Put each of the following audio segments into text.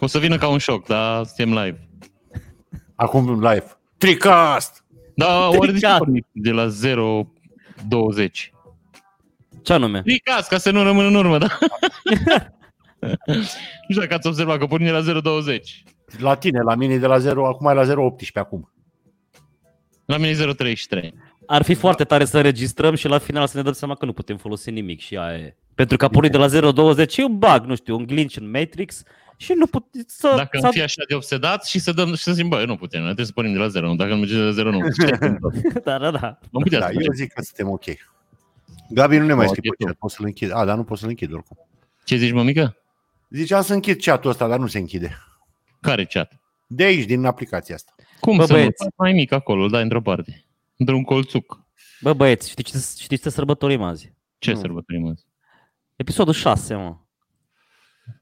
O să vină ca un șoc, dar suntem live. Acum live. Tricast! Da, Tricast. ori de, ce pornim de la 0.20. Ce anume? Tricast, ca să nu rămân în urmă, da? nu știu dacă ați observat că pornim de la 0.20. La tine, la mine e de la 0, acum e la 0,18 acum. La mine e 0.33. Ar fi foarte tare să înregistrăm și la final să ne dăm seama că nu putem folosi nimic și aia e. Pentru că a pornit de la 0.20 e un bug, nu știu, un glitch în Matrix și nu put să... Dacă să- am fi așa de obsedați și să dăm și să zicem, bă, nu putem, noi trebuie să pornim de la 0, nu, dacă nu merge de la 0, nu. Ce ai făcut? Da, da, da. Nu putea Da, să eu facem. zic că suntem ok. Gabi nu ne mai Da, scrie e pe tu. chat, pot să-l închid. A, dar nu pot să-l închid oricum. Ce zici, mămică? Ziceam să închid chat-ul ăsta, dar nu se închide. Care chat? De aici, din aplicația asta. Cum Bă, să nu? băieți. Faci mai mic acolo, îl dai într-o parte. Într-un colțuc. Bă, băieți, știți, ce- știți ce sărbătorim azi? Ce Nu. sărbătorim azi? Episodul 6, mă.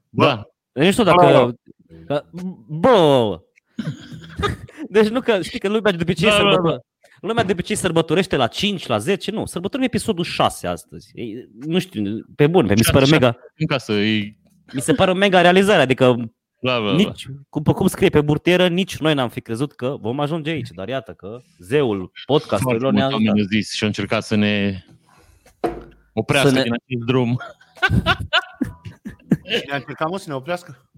Bă. Da, Deci nu știu Bă. dacă... Bă! Bă! Deci nu că, știi că lumea de obicei, Da, da, da. sărbător... lumea de obicei sărbătorește la 5, la 10, nu. Sărbătorim episodul 6 astăzi. Ei, Nu știu, pe bun, pe mi se pare Șapte, mega, în casă, e... mi se pare o mega realizare, adică Bla, bla, bla. nici, cum, cum scrie pe burtieră, nici noi n-am fi crezut că vom ajunge aici, dar iată că zeul Foarte podcasturilor mulți ne-a oameni ajutat. au zis și au încercat să ne oprească Să ne- din acest drum. Ne-a încercat mă să ne oprească?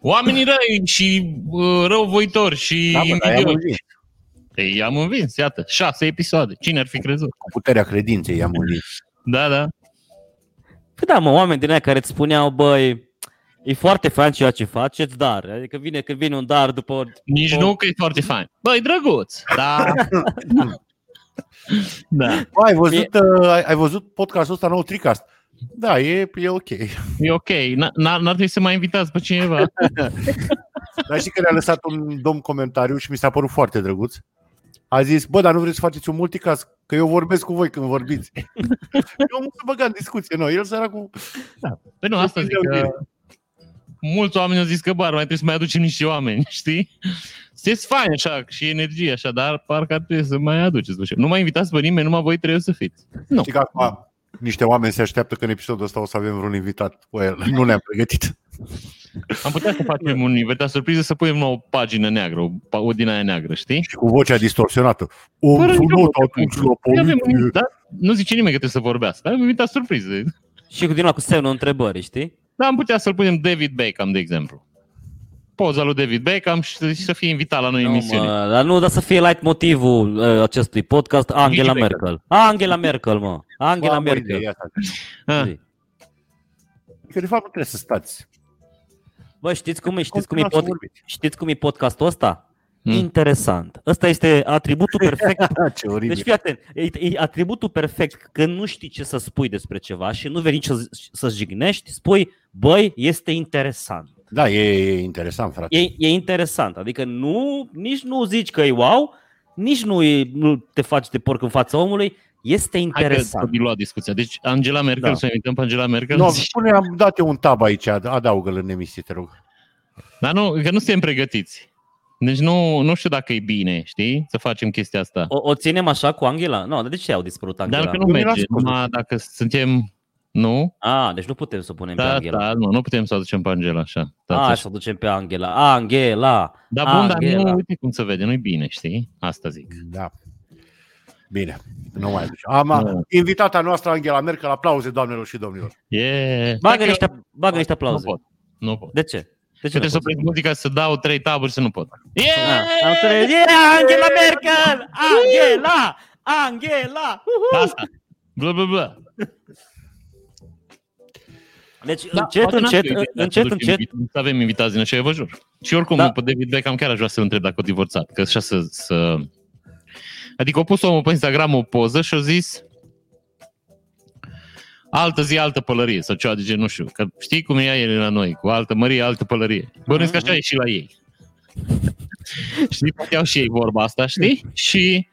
Oamenii răi și uh, răuvoitori și Da, bă, dar i-am invidioși. învins. Ei, i-am învins, iată, șase episoade. Cine ar fi crezut? Cu puterea credinței i-am învins. Da, da. Păi da, mă, oameni din aia care îți spuneau, băi, e foarte fain ceea ce faceți, dar, adică vine când vine un dar după Nici Bun. nu că e foarte fain. Băi, drăguț. Da. da. Bă, ai văzut, uh, ai, ai văzut podcastul ăsta nou, Tricast? Da, e, e ok. E ok. N- n- N-ar trebui să mai invitați pe cineva. Dar știi că ne-a lăsat un domn comentariu și mi s-a părut foarte drăguț. A zis, bă, dar nu vreți să faceți un multicast? Că eu vorbesc cu voi când vorbiți. eu nu să băga în discuție, noi. El săracul... Păi nu, asta zic că mulți oameni au zis că bar, mai trebuie să mai aducem niște oameni, știi? Sunteți fain așa și energie așa, dar parcă ar trebui să mai aduceți. bă, și- Nu mai invitați pe nimeni, numai voi trebuie să fiți. Nu. Știi că acum niște oameni se așteaptă că în episodul ăsta o să avem vreun invitat. Bă, el, nu ne-am pregătit. Am putea să facem un invitat surpriză să punem o pagină neagră, o, pa- o din aia neagră, știi? Și cu vocea distorsionată. O Fără nicio problemă. sunot atunci la Noi Păi Avem un poliție. invitat, nu zice nimeni că trebuie să vorbească, dar avem invitat surpriză. Și cu din ăla cu semnul întrebării, știi? Dar am putea să-l punem David Beckham, de exemplu. Poza lui David Beckham și să, și să fie invitat la noi în emisiune. mă, dar nu, dar să fie light motivul uh, acestui podcast Angela Gigi Becker. Merkel. Angela Merkel, mă. Angela Mamă, Merkel. ideea asta. Ah, Zi. Că de fapt nu trebuie să stați. Bă, știți cum e, știți cum e, Continuați să pod, vorbiți. știți cum e podcastul ăsta? Mm. Interesant. Ăsta este atributul perfect. Da, ce oribil. Deci fii atent, e, e atributul perfect că nu știi ce să spui despre ceva și nu vei nici să, să jignești, spui, băi, este interesant. Da, e, e interesant, frate. e, e interesant. Adică nu, nici nu zici că e wow, nici nu, e, nu te faci de porc în fața omului. Este Hai că să interesant. lua discuția. Deci Angela Merkel, Da. să invităm pe Angela Merkel. Nu, No. spune, am dat eu un tab aici, ad- adaugă-l în emisie, te rog. Dar nu, că nu suntem pregătiți. Deci nu, nu știu dacă e bine, știi, să facem chestia asta. O, o ținem așa cu Angela? Nu, no, de ce au dispărut Angela? Dar că nu Eu mi-l merge, ascult. numai dacă suntem... Nu? A, deci nu putem să o punem pe Da, Angela. da, nu, nu putem să o aducem pe Angela așa. Da, A, așa. să o ducem pe Angela. Angela! Dar bun, dar Angela. nu, uite cum se vede, nu-i bine, știi? Asta zic. Da. Bine, nu mai aduce. Am Nu. invitata noastră, Angela Merkel, aplauze, doamnelor și domnilor. E... Bagă Dacă- niște, bagă niște aplauze. Nu pot. Nu pot. De ce? De ce Trebuie nu să poți? opresc muzica să dau trei taburi să nu pot. A, Yeah! am înțeles. E, Angela Merkel! Angela! Angela! Da. Uhu! Asta. Bla, bla, bla. Deci Da, încet, poate n-am încet, eu idee dacă încet, ducem încet, invit- Să avem invitați din așa, eu vă jur. Și oricum, Da. da. pe David Beckham chiar aș vrea să-l întreb dacă a divorțat. Că așa să... să... Adică a pus omul pe Instagram o poză și a zis altă zi, altă pălărie sau ceva de genul, nu știu. Că știi cum e el la noi, cu altă mărie, altă pălărie. Bănuiesc că așa e și la ei. știi, poate au și ei vorba asta, știi? Și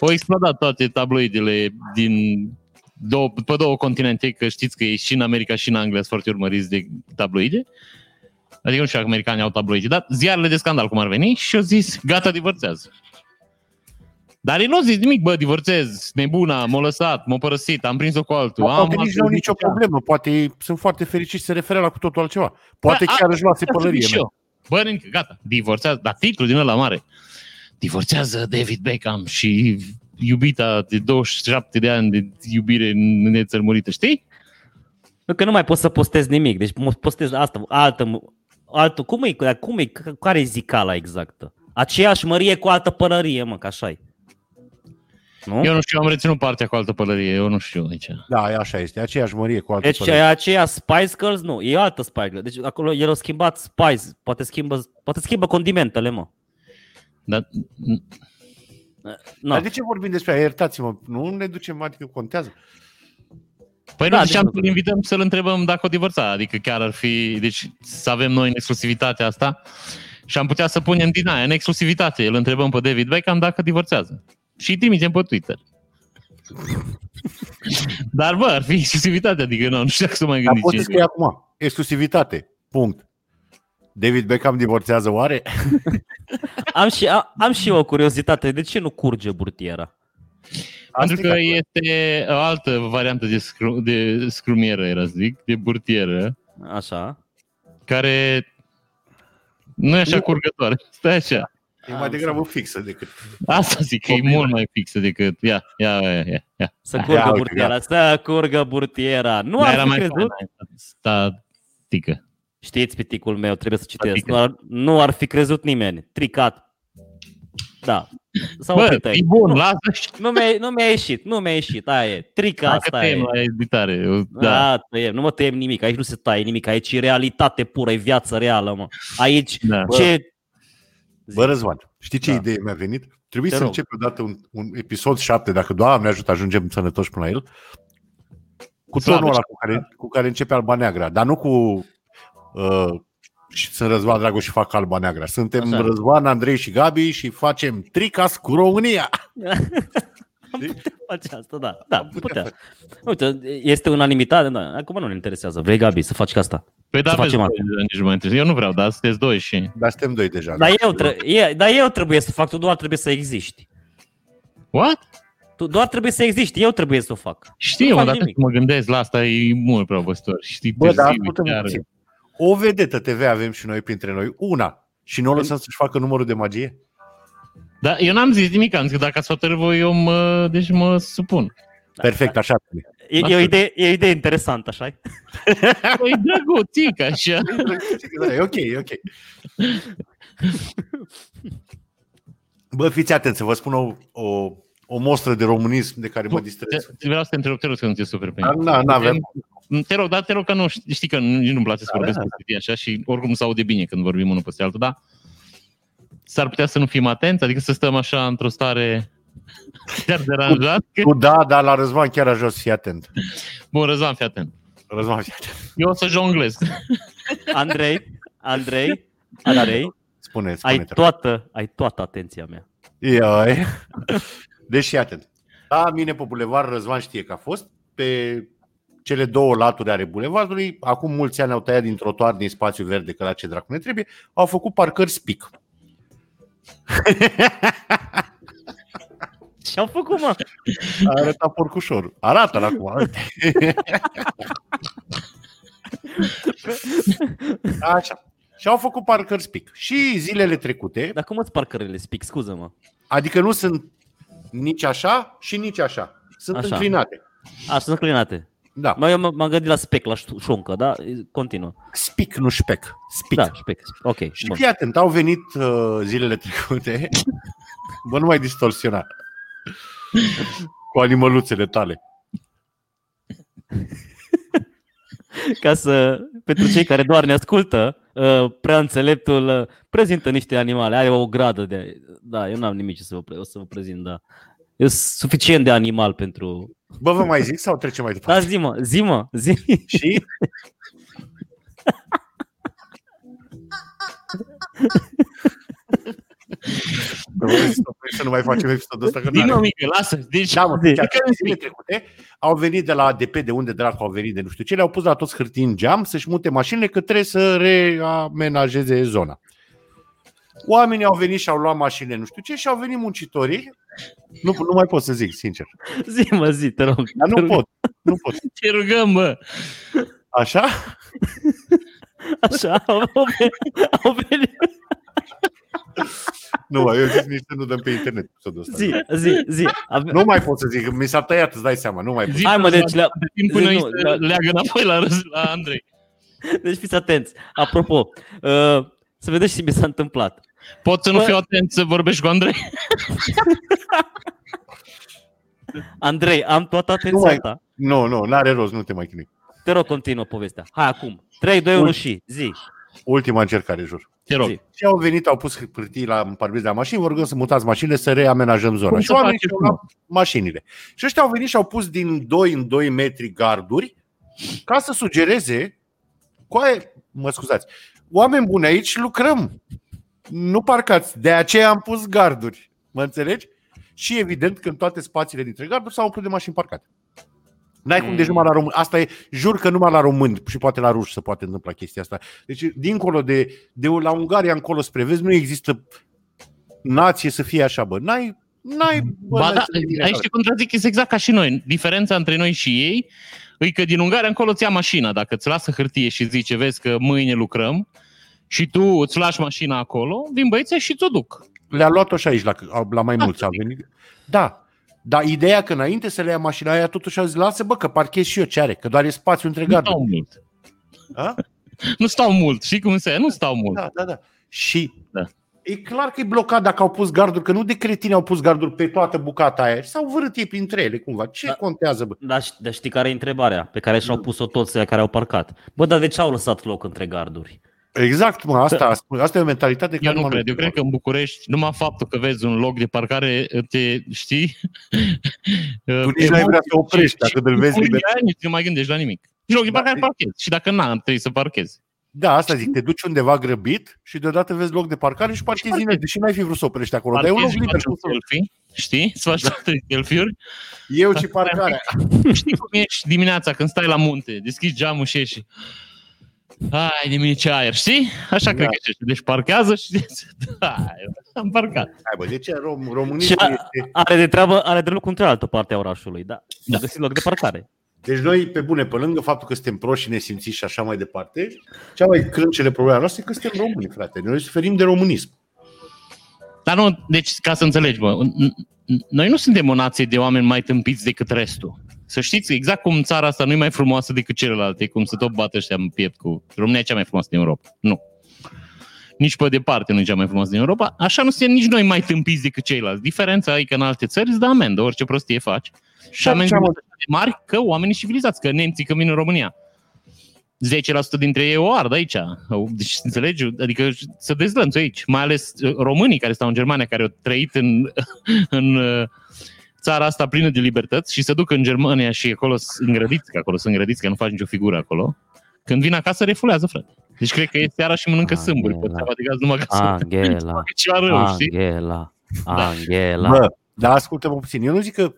au explodat toate tabloidele din două, pe două continente, că știți că e și în America și în Anglia sunt foarte urmăriți de tabloide. Adică nu știu dacă americanii au tabloide, dar ziarele de scandal cum ar veni și au zis, gata, divorțează. Dar ei nu au zis nimic, bă, divorțez, nebuna, m-a lăsat, m-a părăsit, am prins-o cu altul. am Poate nici altă nu au nicio viață. problemă, poate ei sunt foarte fericiți și se referă la cu totul altceva. Poate Da, chiar își luase Asta pălărie. zic și mea. eu. Bă, nenică, gata, divorțează, dar titlul din ăla mare. Divorțează David Beckham și iubita de 27 de ani de iubire nețărmurită, știi? Nu că nu mai poți să postezi nimic, deci mo- postezi asta, altă, altă cum e, dar cum e, C- care e zicala exactă? Aceeași mărie cu altă pălărie, mă, că așa e. Nu? Eu nu știu, am reținut partea cu altă pălărie, eu nu știu aici. Da, e așa este, aceeași mărie cu altă Deci părere. e aceea Spice Girls, nu, e altă Spice Girls. Deci acolo el a schimbat Spice, poate schimbă, poate schimbă condimentele, mă. Dar No. Adică- Dar de ce vorbim despre aia? Iertați-mă, nu ne ducem, adică contează. Păi Da, nu ziceam deci- să-l invităm să-l întrebăm dacă o divorța, adică chiar ar fi, deci să avem noi în exclusivitatea asta și am putea să punem din aia în exclusivitate, îl întrebăm pe David Beckham dacă divorțează și îi trimitem pe Twitter. Dar bă, ar fi exclusivitate, adică nu, nu știu dacă să mai Dar gândiți. poți să scrie acum, exclusivitate, punct. David Beckham divorțează oare? Am, și, am, am și eu o curiozitate, de ce nu curge burtiera? Pentru Asta că e ca- este uh, o altă variantă de, scru- de scrumieră, era să zic, de burtieră, Așa. care nu e așa Nu. curgătoare. Stai așa. E mai Am degrabă fixă decât... Asta zic, că e Copilă. mult mai fixă decât... Ia, ia, ia, ia. ia. Să Ia, curgă uite, burtiera, să curgă burtiera. Nu Dar ar fi faină, crezut. mai statică. Știți piticul meu, trebuie să citesc. Adică. Nu ar, nu ar fi crezut nimeni. Tricat. Da. S-au Bă, oprit e aici. bun, Nu, lasă și nu, mi-a, nu mi-a ieșit, nu mi-a ieșit. Aia e. Trica dacă asta tăiem e. la editare. Da. Da. A, tăiem. Nu mă tăiem nimic. Aici nu se taie nimic. Aici e realitate pură, e viață reală, mă. Aici da. Bă. ce... Bă, Răzvan, știi ce Da. idee mi-a venit? Trebuie Te să rog. începi odată un, un episod 7, dacă Doamne ajută, ajungem sănătoși până la el, cu Slavă tonul ăla și- cu care, cu care începe Alba Neagra, dar nu cu uh, și sunt Răzvan Dragoș și fac Alba Neagra. Suntem Așa. Așa. Răzvan, Andrei și Gabi și facem tricas cu România. Face asta, da. Da, Am putea putea. Uite, este unanimitate. Da. Acum nu ne interesează. Vrei, Gabi, să faci ca asta. Păi da, să vezi, facem bă, nici nu mă interesează. Eu nu vreau, dar sunteți doi și... Dar suntem doi deja. da? Dar eu, tre- e, dar eu trebuie să fac, tu doar trebuie să existi. What? Tu doar trebuie să existi, eu trebuie să o fac. Știu, Nu mă, faci dar nimic. trebuie să mă gândesc la asta, e mult prea văstor. Știi, Bă, dar târziu, ascultă-mă chiar. puțin. Deci O vedetă TV avem și noi printre noi, una, și nu o lăsăm să-și facă numărul de magie? Dar Da, eu n-am zis nimic, am zis că dacă ați hotărât voi, eu mă, deci mă supun. Da, Perfect, așa. trebuie. E, e, o Asta- idee, e o idee interesantă, așa Păi, drăguțic, așa. Da, E ok, e ok. Bă, fiți atenți, să vă spun o, o, o mostră de românism de care mă distrez. Te- te- Vreau să te întreb, te rog să nu te super pe Da, Dar na, n-avem. Te rog, dar te rog că nu știi știi că nici nu-mi place să Da, vorbesc da, da, așa și oricum se aude bine când vorbim unul peste altul, dar s-ar putea să nu fim atenți, adică să stăm așa într-o stare chiar deranjat. Că... Tu da, dar la Răzvan chiar aș vrea să fii atent. Bun, Răzvan, fii atent. Răzvan, fii atent. Eu o să jonglez. Andrei, Andrei, Andrei, Spune, ai spune. Ai toată, ai toată atenția mea. Ioi. Deci fii atent. La mine pe bulevard Răzvan știe că a fost. Pe cele două laturi ale bulevardului, acum mulți ani au tăiat din trotuar, din spațiu verde, că la ce dracu ne trebuie, au făcut parcări spic. Ce au făcut, mă? A arătat porcușorul. Arată-l acum. arată. Așa. Și au făcut parcări spic. Și zilele trecute, Dar cum îți parcările spic, scuză-mă. adică nu sunt nici așa și nici așa. Sunt Așa. așa. înclinate. A, sunt înclinate. Da. Mă, eu m- m-am gândit la spec, la ș- șuncă, da? Continuă. Spic, nu șpec. Spic. Da, spec. Ok, Și bun. fii atent, au venit uh, zilele trecute. Bă, nu mai distorsiona. Cu animăluțele tale. Ca să, pentru cei care doar ne ascultă, uh, prea înțeleptul uh, prezintă niște animale. Are o gradă de... Da, eu n-am nimic ce să vă, pre- o să vă prezint, da. Eu sunt suficient de animal pentru... Bă, vă mai zic sau trecem mai Da, departe? zi mă, zi mă, zi. Și Da. Bă, să oprești, să nu mai facem episodul ăsta că Din n-are. nou, mică, lasă. Deci, Da, mă, Zi. chiar că zilele trecute au venit de la DP, de unde dracu au venit, de nu știu ce, le-au pus la toți hârtii în geam să-și mute mașinile că trebuie să reamenajeze zona. Oamenii au venit și au luat mașinile, nu știu ce, și au venit muncitorii. Nu, nu mai pot să zic, sincer. Zi, mă, zi, te rog. Dar Te nu rog. pot. Nu pot. Te rugăm, mă. Așa? Așa, au venit- au venit. Nu, mă, eu zic nici să nu dăm pe internet episodul ăsta. Zi, zi, zi. Ave- Nu mai pot să zic, mi s-a tăiat, îți dai seama, nu mai pot. Zi, Hai mă, deci, la, de timp până zi, îi nu, se da. leagă înapoi la, râs, la Andrei. deci fiți atenți. Apropo, uh, să vedeți și mi s-a întâmplat. Pot să nu Bă. fiu atent să vorbești cu Andrei? Andrei, am toată Nu mai- atenția ta. Nu, nu, n-are rost, nu te mai chinui. Te rog, continuă povestea. Hai acum. 3, 2, 1 și zi. Ultima încercare, jur. Te rog. Zi. Și au venit, au pus hârtii la în parbriza mașinii, vor să mutați mașinile, să reamenajăm zona. Cum și să oamenii faceți, și-au luat mașinile. Și ăștia au venit și au pus din 2 în 2 metri garduri ca să sugereze coaie, mă scuzați, oameni buni aici lucrăm. Nu parcați. De aceea am pus garduri. Mă înțelegi? Și evident că în toate spațiile dintre garduri s-au umplut de mașini parcate. N-ai cum, Mm. deci numai la român. Asta e, jur că numai la români și poate la ruși se poate întâmpla chestia asta. Deci, dincolo de, de la Ungaria încolo spre vest, nu există nație să fie așa, bă. N-ai, n-ai, bă, Ba n-ai da, să fii aici te contrazic, este exact ca și noi. Diferența între noi și ei e că din Ungaria încolo ți ia mașina. Dacă îți lasă hârtie și zice, vezi că mâine lucrăm, și tu îți lași mașina acolo, vin băieții și ți-o duc. Le-a luat-o și aici, la, la mai mulți au venit. Da, dar ideea că înainte să le ia mașina aia, totuși au zis, lasă bă, că parchez și eu ce are, că doar e spațiu între Nu garduri. stau mult. A? Nu stau mult. Știi cum se Nu stau mult. Da, da, da. Și Da. e clar că e blocat dacă au pus garduri, că nu de cretini au pus garduri pe toată bucata aia. Și S-au vărât ei printre ele cumva. Ce Da. contează, bă? Dar ș- dar știi care e întrebarea pe care și-au pus-o toți cei care au parcat? Bă, dar de ce au lăsat loc între garduri? Exact, mă, asta, asta e o Da. mentalitate Eu care nu m-am cred. Eu cred că în București, numai faptul că vezi un loc de parcare, te știi... Tu nici n-ai vrea să oprești dacă îl vezi liber. Nici nu mai gândești la nimic. Și loc de Da, parcare e- parchezi. Și dacă n-am, trebuie să parchezi. Da, asta zic, te duci undeva grăbit și deodată vezi loc de parcare și parchezi din parchezi. el, deși n-ai fi vrut să oprești acolo. Dar e un loc Parchezi și liber. faci un selfie, știi? Să faci Da. toate selfie-uri. Eu și parcarea. Știi cum ești dimineața când stai la munte, deschizi geamul și ieși. Ai, de mine ce aer, știi? Așa Da. cred că ești. Deci parchează și da, am parcat. Hai, bă, de ce rom, românia Și a- este... Are de treabă, are de lucru într-o altă parte a orașului, da. Da. da. Găsit loc de parcare. Deci noi, pe bune, pe lângă faptul că suntem proști și nesimțiți și așa mai departe, cea mai crâncele problema noastră e că suntem români, frate. Noi suferim de românism. Dar nu, deci ca să înțelegi, mă, n- n- noi nu suntem o nație de oameni mai tâmpiți decât restul. Să știți, exact cum țara asta nu e mai frumoasă decât celelalte, cum se tot bată ăștia în piept cu România e cea mai frumoasă din Europa. Nu. Nici pe departe nu e cea mai frumoasă din Europa. Așa nu suntem nici noi mai tâmpiți decât ceilalți. Diferența e că în alte țări îți dă amendă, orice prostie faci. Și amenzi cea mai- mari că oamenii civilizați, că nemții când vin în România. 10% dintre ei o ard aici. Deci, înțelegi? Adică să dezlănțui aici. Mai ales uh, românii care stau în Germania, care au trăit în, în uh, țara asta plină de libertăți și se duc în Germania și acolo sunt îngrădiți, că acolo sunt îngrădiți, că nu faci nicio figură acolo. Când vin acasă, refulează, frate. Deci cred că e seara și mănâncă Ah, sâmburi. e, Pot da. să de gaz numai ca să Angela, facă ceva rău, știi? Angela, Angela. Bă, dar ascultă-mă puțin. Eu nu zic că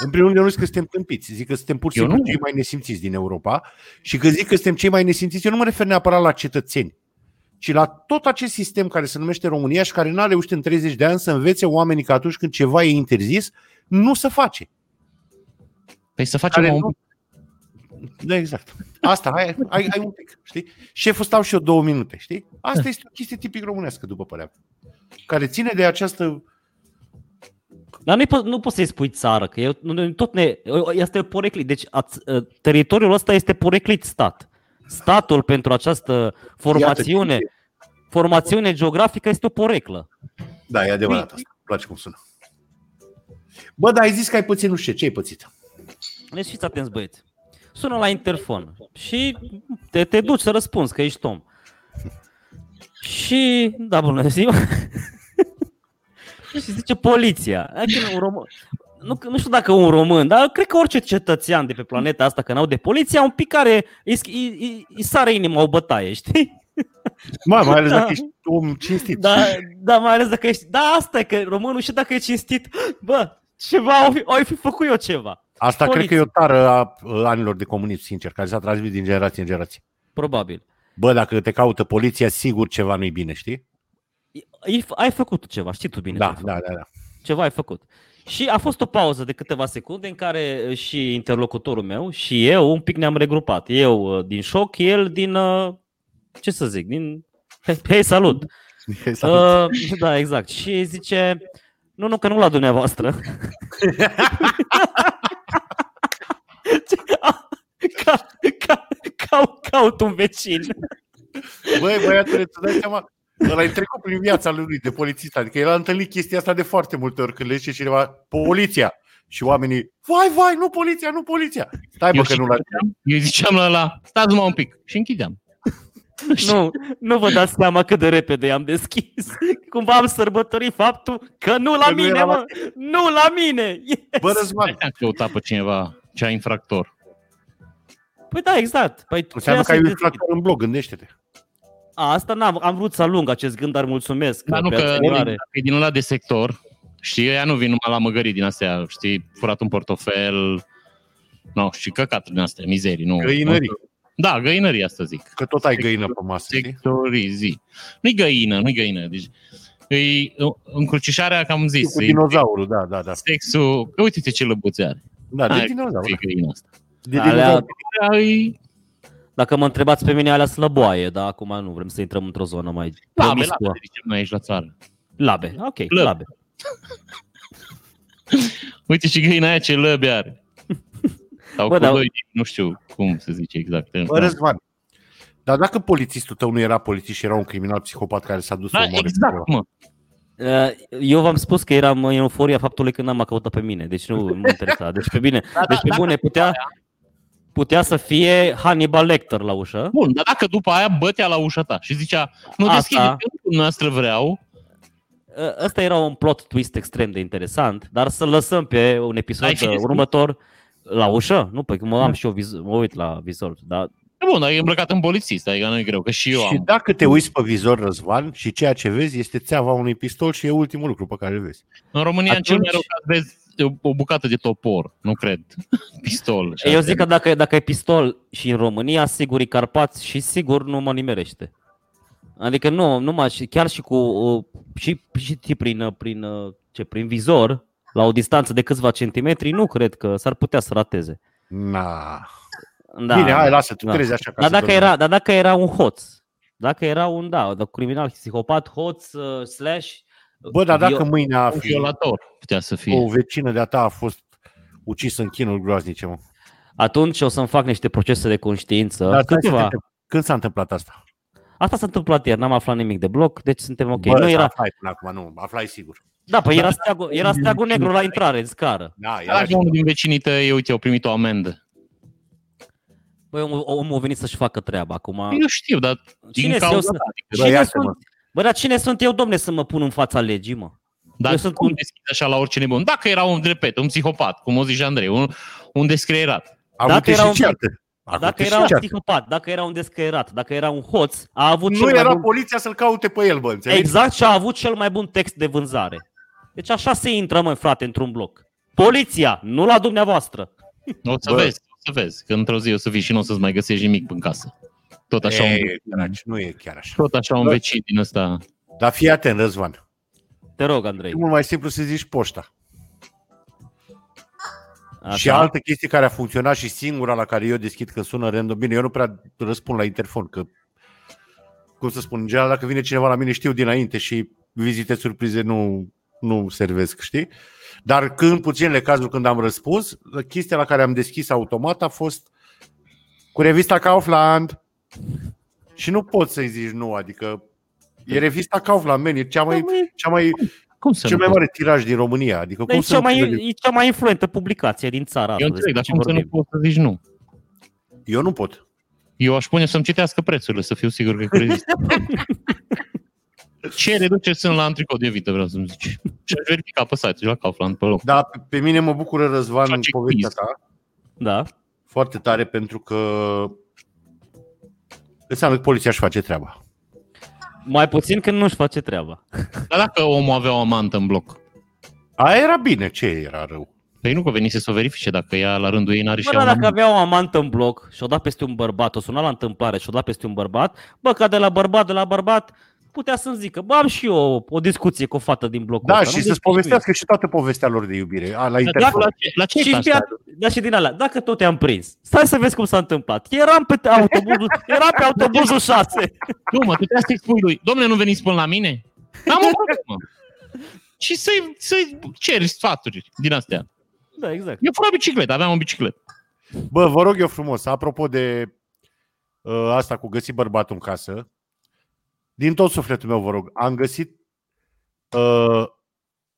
în primul rând, eu nu zic că suntem tâmpiți, zic că suntem pur și Eu simplu nu. cei mai nesimțiți din Europa și că zic că suntem cei mai nesimțiți, eu nu mă refer neapărat la cetățeni, ci la tot acest sistem care se numește România și care n-a reușit în 30 de ani să învețe oamenii că atunci când ceva e interzis, nu se face. Păi să facem Care un... nu... Da, exact. Asta, hai, ai, ai un pic, știi? Șeful stau și eu două minute, știi? Asta este o chestie tipic românească, după părerea mea, care ține de această Dar nu, nu poți să-i spui țară, că eu, nu- nu- tot ne, este poreclit. Deci ați, teritoriul ăsta este poreclit stat. Statul pentru această formațiune, Iată, formațiune geografică este o poreclă. Da, e adevărat asta. Îmi place cum sună. Bă, dar ai zis că ai pățit nu știu ce, ce ai pățit? Deci fiți atenți băieți. Sună la interfon și te, te duci să răspunzi că ești om. Și, da, bună ziua. și zice poliția. Adică un român. Nu, nu știu dacă un român, dar cred că orice cetățean de pe planeta asta, că n-au de poliția, un pic care îi, sch- îi, îi, îi sare inima o bătaie, știi? Mă, mai ales Da. dacă ești om cinstit. Da, da, mai ales dacă ești... Da, asta e că românul și dacă e cinstit, bă, ceva, o fi, o fi făcut eu ceva. Asta cred că poliție. e o tară a a anilor de comunism, sincer, care s-a transmis din generație în generație. Probabil. Bă, dacă te caută poliția, sigur ceva nu-i bine, știi? ai f- ai făcut ceva, știi tu bine. ce Da, ai făcut. da, da, da. Ceva ai făcut. Și a fost o pauză de câteva secunde în care uh, și interlocutorul meu și eu un pic ne-am regrupat. Eu uh, din șoc, el din, uh, ce să zic, din, hei, hei salut! Salut. Uh, da, exact. Și zice, nu, nu, că nu la dumneavoastră. Ce- a- ca, ca, ca, caut un vecin. Băi, băiatule, îți dai seama, ăla ai trecut prin viața lui de polițist, adică el a întâlnit chestia asta de foarte multe ori când le zice cineva, poliția, și oamenii, vai, vai, nu poliția, nu poliția. Stai bă Eu că și- nu la Eu ziceam la ăla, stați mă un pic și închideam. Nu, nu vă dați seama cât de repede i-am deschis. Cumva am sărbătorit faptul că nu la Că nu mine, era la- mă. Nu la mine. Yes. Bă, Răzvan, Am căutat pe cineva ce a infractor. Păi da, exact. Păi, înseamnă că ai trebuia un să-i infractor în blog, gândește-te. A, asta n-am, am vrut să alung acest gând, dar mulțumesc. Dar Da, nu Da, pe că atenuare. e din ăla de sector, știi, ea nu vin numai la măgării din astea, știi, furat un portofel, nu, și căcat din astea, mizerii, nu. Găinării, Da, găinării asta zic. că tot ai găină pe masă. știi? Sectorizii. Exact. Nu-i găină, nu-i găină. Deci, e încrucișarea, că am Și zis, Cu e dinozaurul, da, da, da. sexul, că uite-te ce lăbuțe are. Da, de Hai, dinozaur. fie găina asta. De Alea- dinozaur. Da, e- Dacă mă întrebați pe mine, alea slăboaie, dar acum nu vrem să intrăm într-o zonă mai Labe, promiscuă. labe, zicem noi aici la țară. Labe, ok, Lăbe. labe. Uite și găina aia ce lăbi are. Sau Bă, cu dar- doi, nu știu cum se zice exact. Bă, Răzvan, dar dacă polițistul tău nu era polițist și era un criminal psihopat care s-a dus să Da, omoare pe exact, mă. Uh, Eu v-am spus că eram în euforia faptului că n-am căutat pe mine, deci nu mă interesa. Deci pe bine, Da, deci pe bune, putea, putea să fie Hannibal Lecter la ușă. Bun, dar dacă după aia bătea la ușa ta și zicea, nu Asta- deschide, că nu dumneavoastră vreau, Uh, Ăsta era un plot twist extrem de interesant, dar să lăsăm pe un episod Ai fi uh, zis? următor la ușă. Nu, păi că mă am Da. și eu, viz- mă uit la vizor, dar e bun, dar e îmbrăcat în polițist, adică nu e greu, că și eu acolo. Și am. dacă te uiți pe vizor, Răzvan, și ceea ce vezi este țeava unui pistol și e ultimul lucru pe care îl vezi. În România, Atunci... cel mai rău Atunci- caz vezi o, o bucată de topor, nu cred, pistol. și Eu astea. zic că dacă, dacă e pistol și în România, sigur e Carpați și sigur nu mă nimerește. Adică nu, nu m-aș, chiar și cu uh, și, și, și prin, uh, prin, uh, ce, prin vizor, la o distanță de câțiva centimetri, nu cred că s-ar putea să rateze. Na. Da. Da, Bine, hai, lasă, tu da. da. crezi așa. Ca Dar să dacă, dormim. era, dar dacă era un hoț, dacă era un, da, da, criminal, psihopat, hoț, uh, slash... Bă, dar dacă vio- mâine a un fi violator putea să fie. Oh, o vecină de-a ta a fost ucisă în chinul groaznice, Da, mă. Atunci o să-mi fac niște procese de conștiință. Dar stai să te câteva. întreb, Când s-a întâmplat asta? Asta s-a întâmplat ieri, n-am aflat nimic de bloc, deci suntem ok. Bă, nu era, Aflai până acum, nu, aflai sigur. Da, păi era Dar- steagul, era steagul negru la intrare, în scară. Da, era Dacă unul din vecinii tăi, uite, au primit o amendă. Băi, Păi omul, omul a venit să-și facă treaba acum. Eu știu, dar Cine din sunt eu cauza să... ta, adică, Bă, Cine iartă-mă. sunt... Bă, dar cine sunt eu, domne, să mă pun în fața legii, mă? Dar Eu sunt sunt cum un- descrie așa la orice nebun? Dacă era un, repet, un psihopat, cum o zice Andrei, un, un descreierat. Am Dacă avut era și un- ceartă. Am Dacă avut era și un ceartă. psihopat, dacă era un descăierat, dacă era un hoț, a avut Nu cel mai era bun... poliția să-l caute pe el, bă, înțelegi? Exact, și a avut cel mai bun text de vânzare. Deci așa se intră, mă, frate, într-un bloc. Poliția, nu la dumneavoastră. O să Bă. vezi, o să vezi, că într-o zi o să fii și nu o să-ți mai găsești nimic în casă. Tot așa, E, un, săraci, nu e chiar așa. tot așa un Bă. vecin din ăsta. Dar fii atent, Răzvan. Te rog, E Andrei. mult mai simplu să zici poșta. Așa. Și altă chestie care a funcționat și singura la care eu deschid când sună random. Bine, eu nu prea răspund la interfon, că, cum să spun, în general, dacă vine cineva la mine, știu dinainte și vizite surprize nu, nu servesc, știi? Dar când, în puținele cazuri când am răspuns, chestia la care am deschis automat a fost cu revista Kaufland. Și nu poți să-i zici nu, adică e revista Kaufland, man, e cea Păi, mai, cea mai, Păi- Cum să cel nu Păi mai poți? mare tiraj din România. Adică Dar cum e, să cea nu poți- mai, e cea mai influentă publicație din țara asta. Eu înțeleg, da, despre dar ce cum să nu vorbim. poți să zici nu? Eu nu pot. Eu aș pune să-mi citească prețurile, să fiu sigur că crezi. Ce reduceri sunt la un tricou de vită, vreau să-mi zici. Și aș verifica pe site la Kaufland, pe loc. Da, pe, pe mine mă bucură Răzvan Face în povestea quiz. ta Da. foarte tare pentru că înseamnă că poliția își face treaba. Mai puțin când nu-și face treaba. Dar dacă omul avea o amantă în bloc, Aia era bine, ce era rău? Păi nu că venise să o verifice dacă ea la rândul ei n-are și Bă, ea Deci dar un dacă amant. avea o amantă în bloc și o da peste un bărbat, o suna la întâmplare și o da peste un bărbat, bă, ca de la bărbat, de la bărbat, putea să-mi zică, bă, am și eu o, o discuție cu o fată din blocul Da, ăsta, și nu să-ți discut cu ea." povestească și toată povestea lor de iubire. A, la Dacă, interfon. la ce, la ce și, asta? abia, da, și din alea, dacă tot te-am prins, stai să vezi cum s-a întâmplat. Eram pe autobuzul, eram pe autobuzul 6. Nu, mă, putea să-i spui lui, domnule, nu veniți până la mine? N-am o problemă. Și să-i, să-i ceri sfaturi din astea. Da, exact. Eu fără bicicletă, aveam o bicicletă. Bă, vă rog eu frumos, apropo de uh, asta cu găsi bărbatul în casă, din tot sufletul meu vă rog, am găsit uh,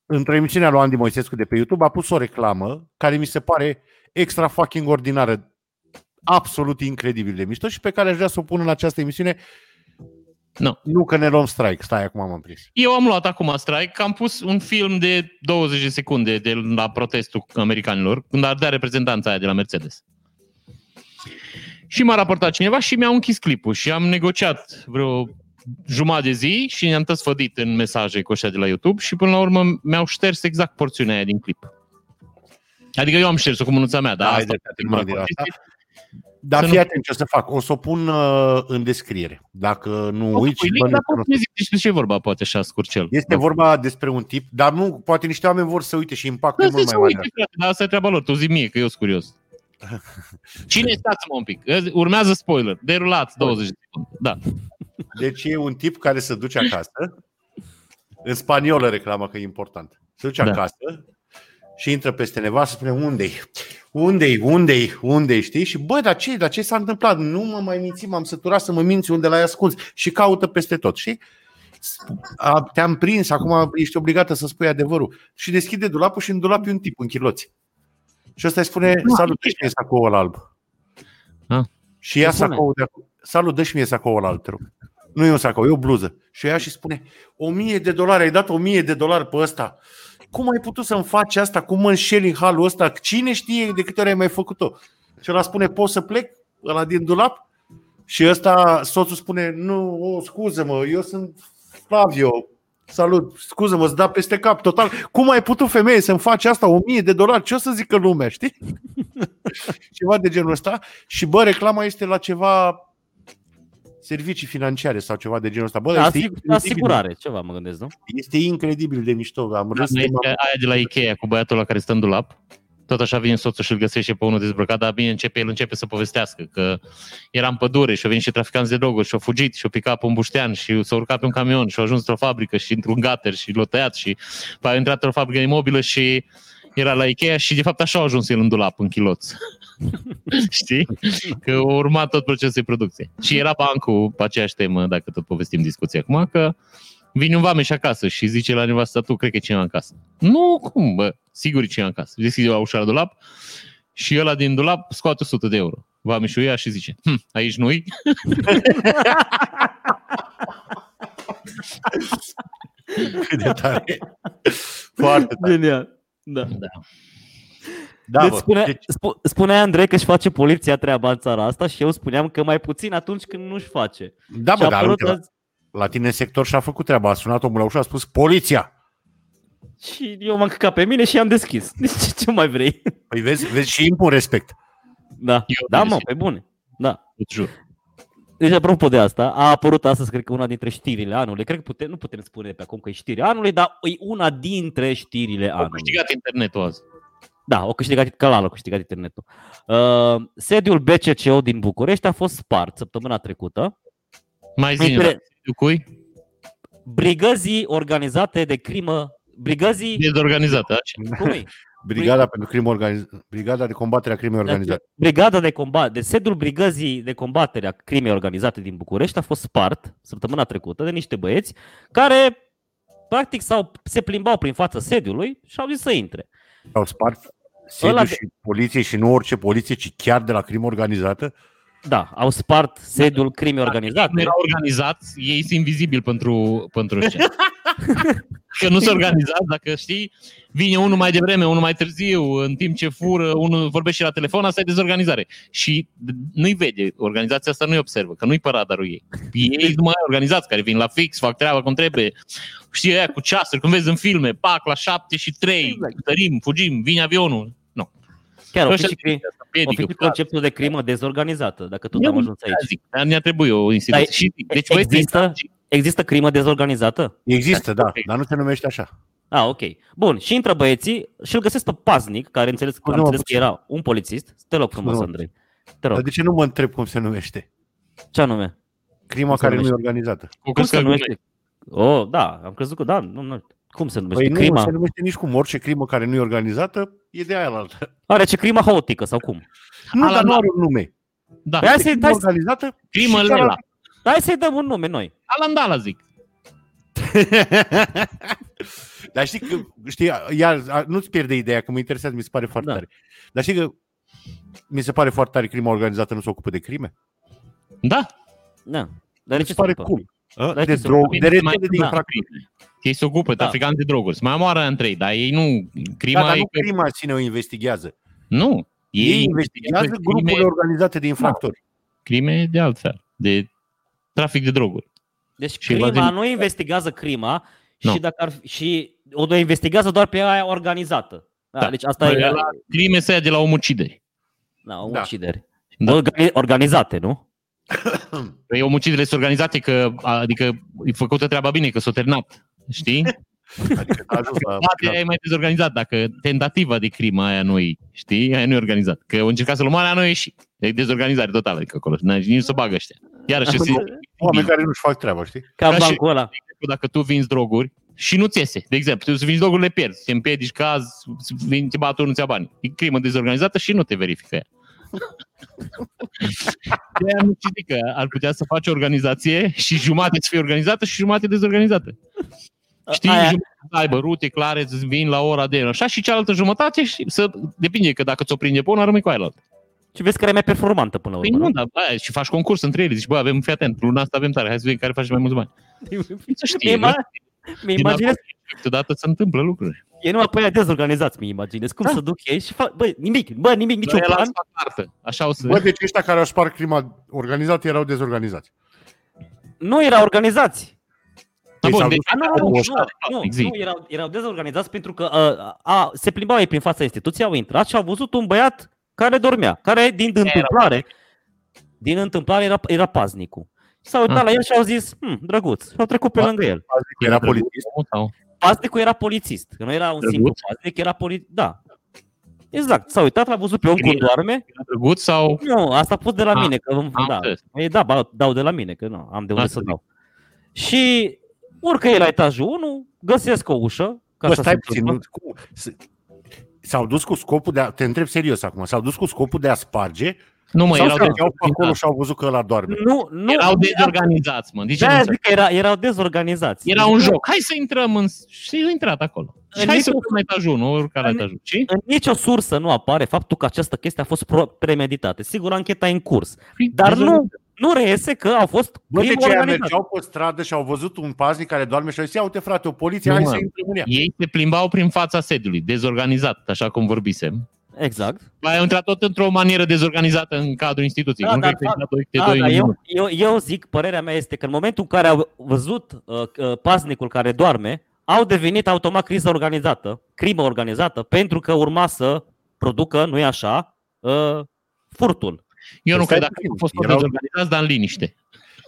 într-o emisiune a lui Andy Moisescu de pe YouTube, a pus o reclamă care mi se pare extra fucking ordinară, absolut incredibil de mișto și pe care aș vrea să o pun în această emisiune. Nu. Nu că ne luăm strike, stai, acum m-am prins. Eu am luat acum strike, că am pus un film de 20 de secunde de la protestul americanilor, când ardea reprezentanța aia de la Mercedes. Și m-a raportat cineva și mi-a închis clipul și am negociat vreo jumătate de zi și ne-am tăsfădit în mesaje cu ăștia de la YouTube și până la urmă mi-au șters exact porțiunea aia din clip. Adică eu am șters-o cu mânuța mea, dar Ai asta, dreptate, nu mai din asta. Să Dar nu- fii atent ce o să fac. O să o pun uh, în descriere. Dacă nu uiți, Pui, bănuiesc Păi, dar că nu o poți să să zic despre ce e vorba, poate așa, scurcel. Este vorba despre un tip, dar nu, poate niște oameni vor să uite și impactul e Nu mult zici, mai mare. Păi uite, frate, dar asta e treaba lor, tu zi mie, că eu sunt curios. Cine stați-mă un pic? Urmează spoiler. Derulați 20 de secunde. Da. Deci e un tip care se duce acasă, în spaniolă reclama că e important. Se duce Da. acasă și intră peste nevastă, spune unde-i, unde-i, unde-i, unde-i, știi? Și bă, dar ce, dar ce s-a întâmplat? Nu mă mai minți, m-am săturat să mă minți unde l-ai ascuns și caută peste tot, știi? A, te-am prins, acum ești obligată să spui adevărul. Și deschide dulapul și în dulap e un tip în chiloți. Și ăsta îi spune, salut, ești mie sacoul alb. Ah. Și ia Ce spune? sacoul de acolo. Salut, dă-și mie sacoul alb, te rog. Nu e un sacou, e o bluză. Și ea și spune, o mie de dolari, ai dat o mie de dolari pe ăsta. Cum ai putut să-mi faci asta? Cum mă înșeli în halul ăsta? Cine știe de câte ori ai mai făcut-o? Și ăla spune, pot să plec? Ăla din dulap? Și ăsta, soțul spune, nu, o, scuză-mă, eu sunt Flavio, salut, scuză-mă, îți da peste cap total. Cum ai putut femeie să-mi faci asta? O mie de dolari, ce o să zică lumea, știi? Ceva de genul ăsta. Și bă, reclama este la ceva servicii financiare sau ceva de genul ăsta. Bă, este Asig- incredibil. asigurare, ceva mă gândesc, nu? Este incredibil de mișto. Am râs Este de m-am- aia de la Ikea cu băiatul la care stă în dulap. Tot așa vine soțul și îl găsește pe unul dezbrăcat, dar bine începe, el începe să povestească că era în pădure și au venit și traficanți de droguri și au fugit și au picat pe un buștean și s-au urcat pe un camion și au ajuns într-o fabrică și într-un gater și l-au tăiat și a intrat într-o fabrică imobilă și era la Ikea și de fapt așa a ajuns el în dulap, în chiloț. Știi? Că a urmat tot procesul de producție. Și era bancul pe aceeași temă, dacă tot povestim discuția acum, că vine un vameș acasă și zice la nevasta tu, cred că e cineva în casă. Nu, cum, bă, sigur e cineva în casă. Deschide la ușa la dulap și ăla din dulap scoate 100 de euro. Vameșul ia și zice, hm, aici nu-i? Cât de tare. Foarte tare. Genial. Da. Da, deci spune, deci... Spu- spunea Andrei că își face poliția treaba în țara asta și eu spuneam că mai puțin atunci când nu-și face. da, și bă, dar uite, la, azi la tine în sector și-a făcut treaba. A sunat omul la ușă, a spus poliția. și eu m-am căcat pe mine și i-am deschis. Deci ce, ce mai vrei? Păi vezi, vezi și impun respect. Da, Eu da mă, deschid. pe bune. Da. Îți jur. Deci, apropo de asta, a apărut astăzi, cred că una dintre știrile anului. Cred că putem, nu putem spune pe acum că e știrea anului, dar e una dintre știrile Au anului. câștigat internetul azi. Da, o câștigat, Calal a câștigat internetul. Uh, sediul BCCO din București a fost spart săptămâna trecută. Mai zi, da. Între- Inter... cui? Brigăzii organizate de crimă, brigăzii, Dezorganizat, așa. cum e? Brigada pentru crimă organizată. Brigada de combatere a crimei Deci- organizate. Brigada de combat, de sediul Brigăzii de combatere a crimei organizate din București a fost spart săptămâna trecută de niște băieți care practic s-au, se plimbau prin fața sediului și au zis să intre. Au spart sediu Ăla de- și poliție și nu orice poliție, ci chiar de la crimă organizată. Da, au spart sediul crimei Nu organizate. erau organizați, ei sunt invizibili pentru, pentru ăștia. Că nu sunt organizați, dacă știi, vine unul mai devreme, unul mai târziu, în timp ce fură, unul vorbește la telefon, asta e dezorganizare. Și nu-i vede, organizația asta nu-i observă, că nu-i pe radarul ei. Ei sunt mai organizați, care vin la fix, fac treaba cum trebuie. Știi, aia cu ceasuri, cum vezi în filme, pac, la șapte și trei, Exact. sărim, fugim, vine avionul. Nu. Chiar au Ăștia fost și, cri- au Piedică, fost și conceptul de crimă dezorganizată, dacă tot da. Eu am ajuns aici. zic, dar ne-a trebuit o Dar instituție. Și, deci, băi, există? băieții- Există crimă dezorganizată? Există, da, dar nu se numește așa. Ah, ok. Bun, și intră băieții și îl găsesc pe paznic, care înțeles, am Scuze-mă înțeles că puțin. era un polițist. Te rog frumos, Scuze-mă. Andrei. Te Dar rog, de ce nu mă întreb cum se numește? ce anume? Crima Cum se care nu e numește? organizată. Cu Cum se căscăl gune. numește? Oh, da, am crezut că da, nu, nu. Cum se numește? Păi nu Deci crima? se numește nici cum. Orice crimă care nu e organizată e de aia la altă. Are ce crima haotică sau cum? Nu, Ala, dar nu da. are un nume. Da, Păi hai Este să-i, crimă hai, organizată crimă și lela. cealaltă. hai să-i dăm un nume noi. Alandala zic. Dar știi că, știi, iar, a- nu-ți pierde ideea, că mă interesează, mi se pare foarte Da. da. tare. Dar știi că mi se pare foarte tare crima organizată nu se ocupă de crime? Da, Da. Dar de mi se ce Deci pare se ocupă? cum? A? Dar De ce se drog, ocupă? de mai rețele de da. infracțiune. ei se ocupă, Da. traficanți de droguri. Se mai moară între ei, dar ei nu... Crima Da, dar e nu că... crima în sine o investigează. Nu. Ei, Ei, investigează crime- grupurile organizate de infractori. crime de altfel, de trafic de droguri. Deci Și crima evaziune. nu investigează crima Nu. și, dacă ar fi, și o do- investigează doar pe aia organizată. Da, Da. Deci asta Bă, e la crime se ia de la omucidere. da, Da. ucideri. Da. Organi- organizate, nu? Păi omucidele sunt organizate, că, adică e făcută treaba bine, că s-a terminat. Știi? Adică a ajuns la- Poate aia e mai dezorganizat, dacă tentativa de crimă aia nu e, știi? Aia nu e organizat. Că au încercat să-l omoare, aia nu a ieșit. E dezorganizare totală, adică acolo. N-ai- Nici nu se bagă ăștia. Iarăși, se- Oameni care nu-și fac treaba, știi? Ca Da, și- bancul ăla. dacă tu vinzi droguri și nu ți iese. De exemplu, tu să vinzi droguri, le pierzi, te împiedici caz, vin- te bat unul, ți ia bani. E crimă dezorganizată și nu te verifică ea. de aia nu știi că ar putea să faci o organizație și jumate să fie organizată și jumate dezorganizată. Știi, Aia- aia. jumătate să aibă rute clare, îți vin la ora de așa și cealaltă jumătate și să depinde că dacă ți-o prinde pe una, rămâi cu aia la altă. Și vezi care e mai performantă până la Păi urmă. nu, dar aia, și faci concurs între ele, zici, bă, avem, fii atent, luna asta avem tare, hai să vedem care face mai mulți bani. Păi Să știi, Mi-e nu? Mi Din imaginez, acolo, Câteodată se întâmplă lucruri. e numai pe aia dezorganizați, mi imaginez. Cum să duc ei și fac, bă, nimic, bă, nimic, niciun Dar el a plan. stat artă. Așa o să... Bă, deci ăștia care au spart crima organizată erau dezorganizați. Nu erau organizați. Bă, s-au de- dus a, deci- Ah, Exact. nu, nu, nu, nu, Ăștia, nu, zic. nu, erau, erau dezorganizați pentru că a, a, se plimbau ei prin fața instituției, au intrat și au văzut un băiat care dormea, care din întâmplare, din întâmplare era, era paznicul. S-au uitat Ah. la el și au zis, hm, drăguț, și au trecut pe Ba- lângă el. Era polițist. Sau... Paznicul era polițist, că nu era un Drăguț? simplu paznic, era polițist, da. Exact, s-au uitat, l-a văzut pe om cum Bine. doarme. Era drăguț sau... Nu, asta a fost de la Ah, mine, că îmi- Am da, înțeles. Păi da, ba, dau de la mine, că nu, am de unde Asta să zic. dau. Și urcă ei la etajul 1, găsesc o ușă. Ca Bă, să stai se puțin. întâmple. nu- cum? S- S-au dus cu scopul de a... Te întreb serios acum. S-au dus cu scopul de a sparge Nu, mă, sau erau, erau de... pe acolo și au văzut că ăla doarme. Nu, nu. Da, erau dezorganizați, mă. Deci de nu aia înțeleg. zic că era, erau dezorganizați. era un joc. Hai să intrăm în... Și au intrat acolo. Și În hai să niciun- urcăm la etajul 1, urca la În- etajul 5. În nicio sursă nu apare faptul că această chestie a fost pro- premeditată. Sigur, ancheta e în curs. Dar nu, nu reiese că au fost Bă, de crimă ce aia organizată. mergeau pe stradă și au văzut un paznic care doarme și au zis, ia uite frate, o poliție, Nu, hai mă. să intrăm în ea. Ei se plimbau prin fața sediului, dezorganizat, așa cum vorbisem. Exact. Ba, Au intrat tot într-o manieră dezorganizată în cadrul instituției. Da, nu dar- cred că da, da, doi, câte Da, doi da, în eu, unul. eu, eu zic, părerea mea este că în momentul în care au văzut uh, uh, paznicul care doarme, au devenit automat criză organizată, crimă organizată, pentru că urma să producă, nu-i așa, uh, furtul. Eu nu Stai cred dacă puțin, au fost tot erau- dezorganizați, dar în liniște.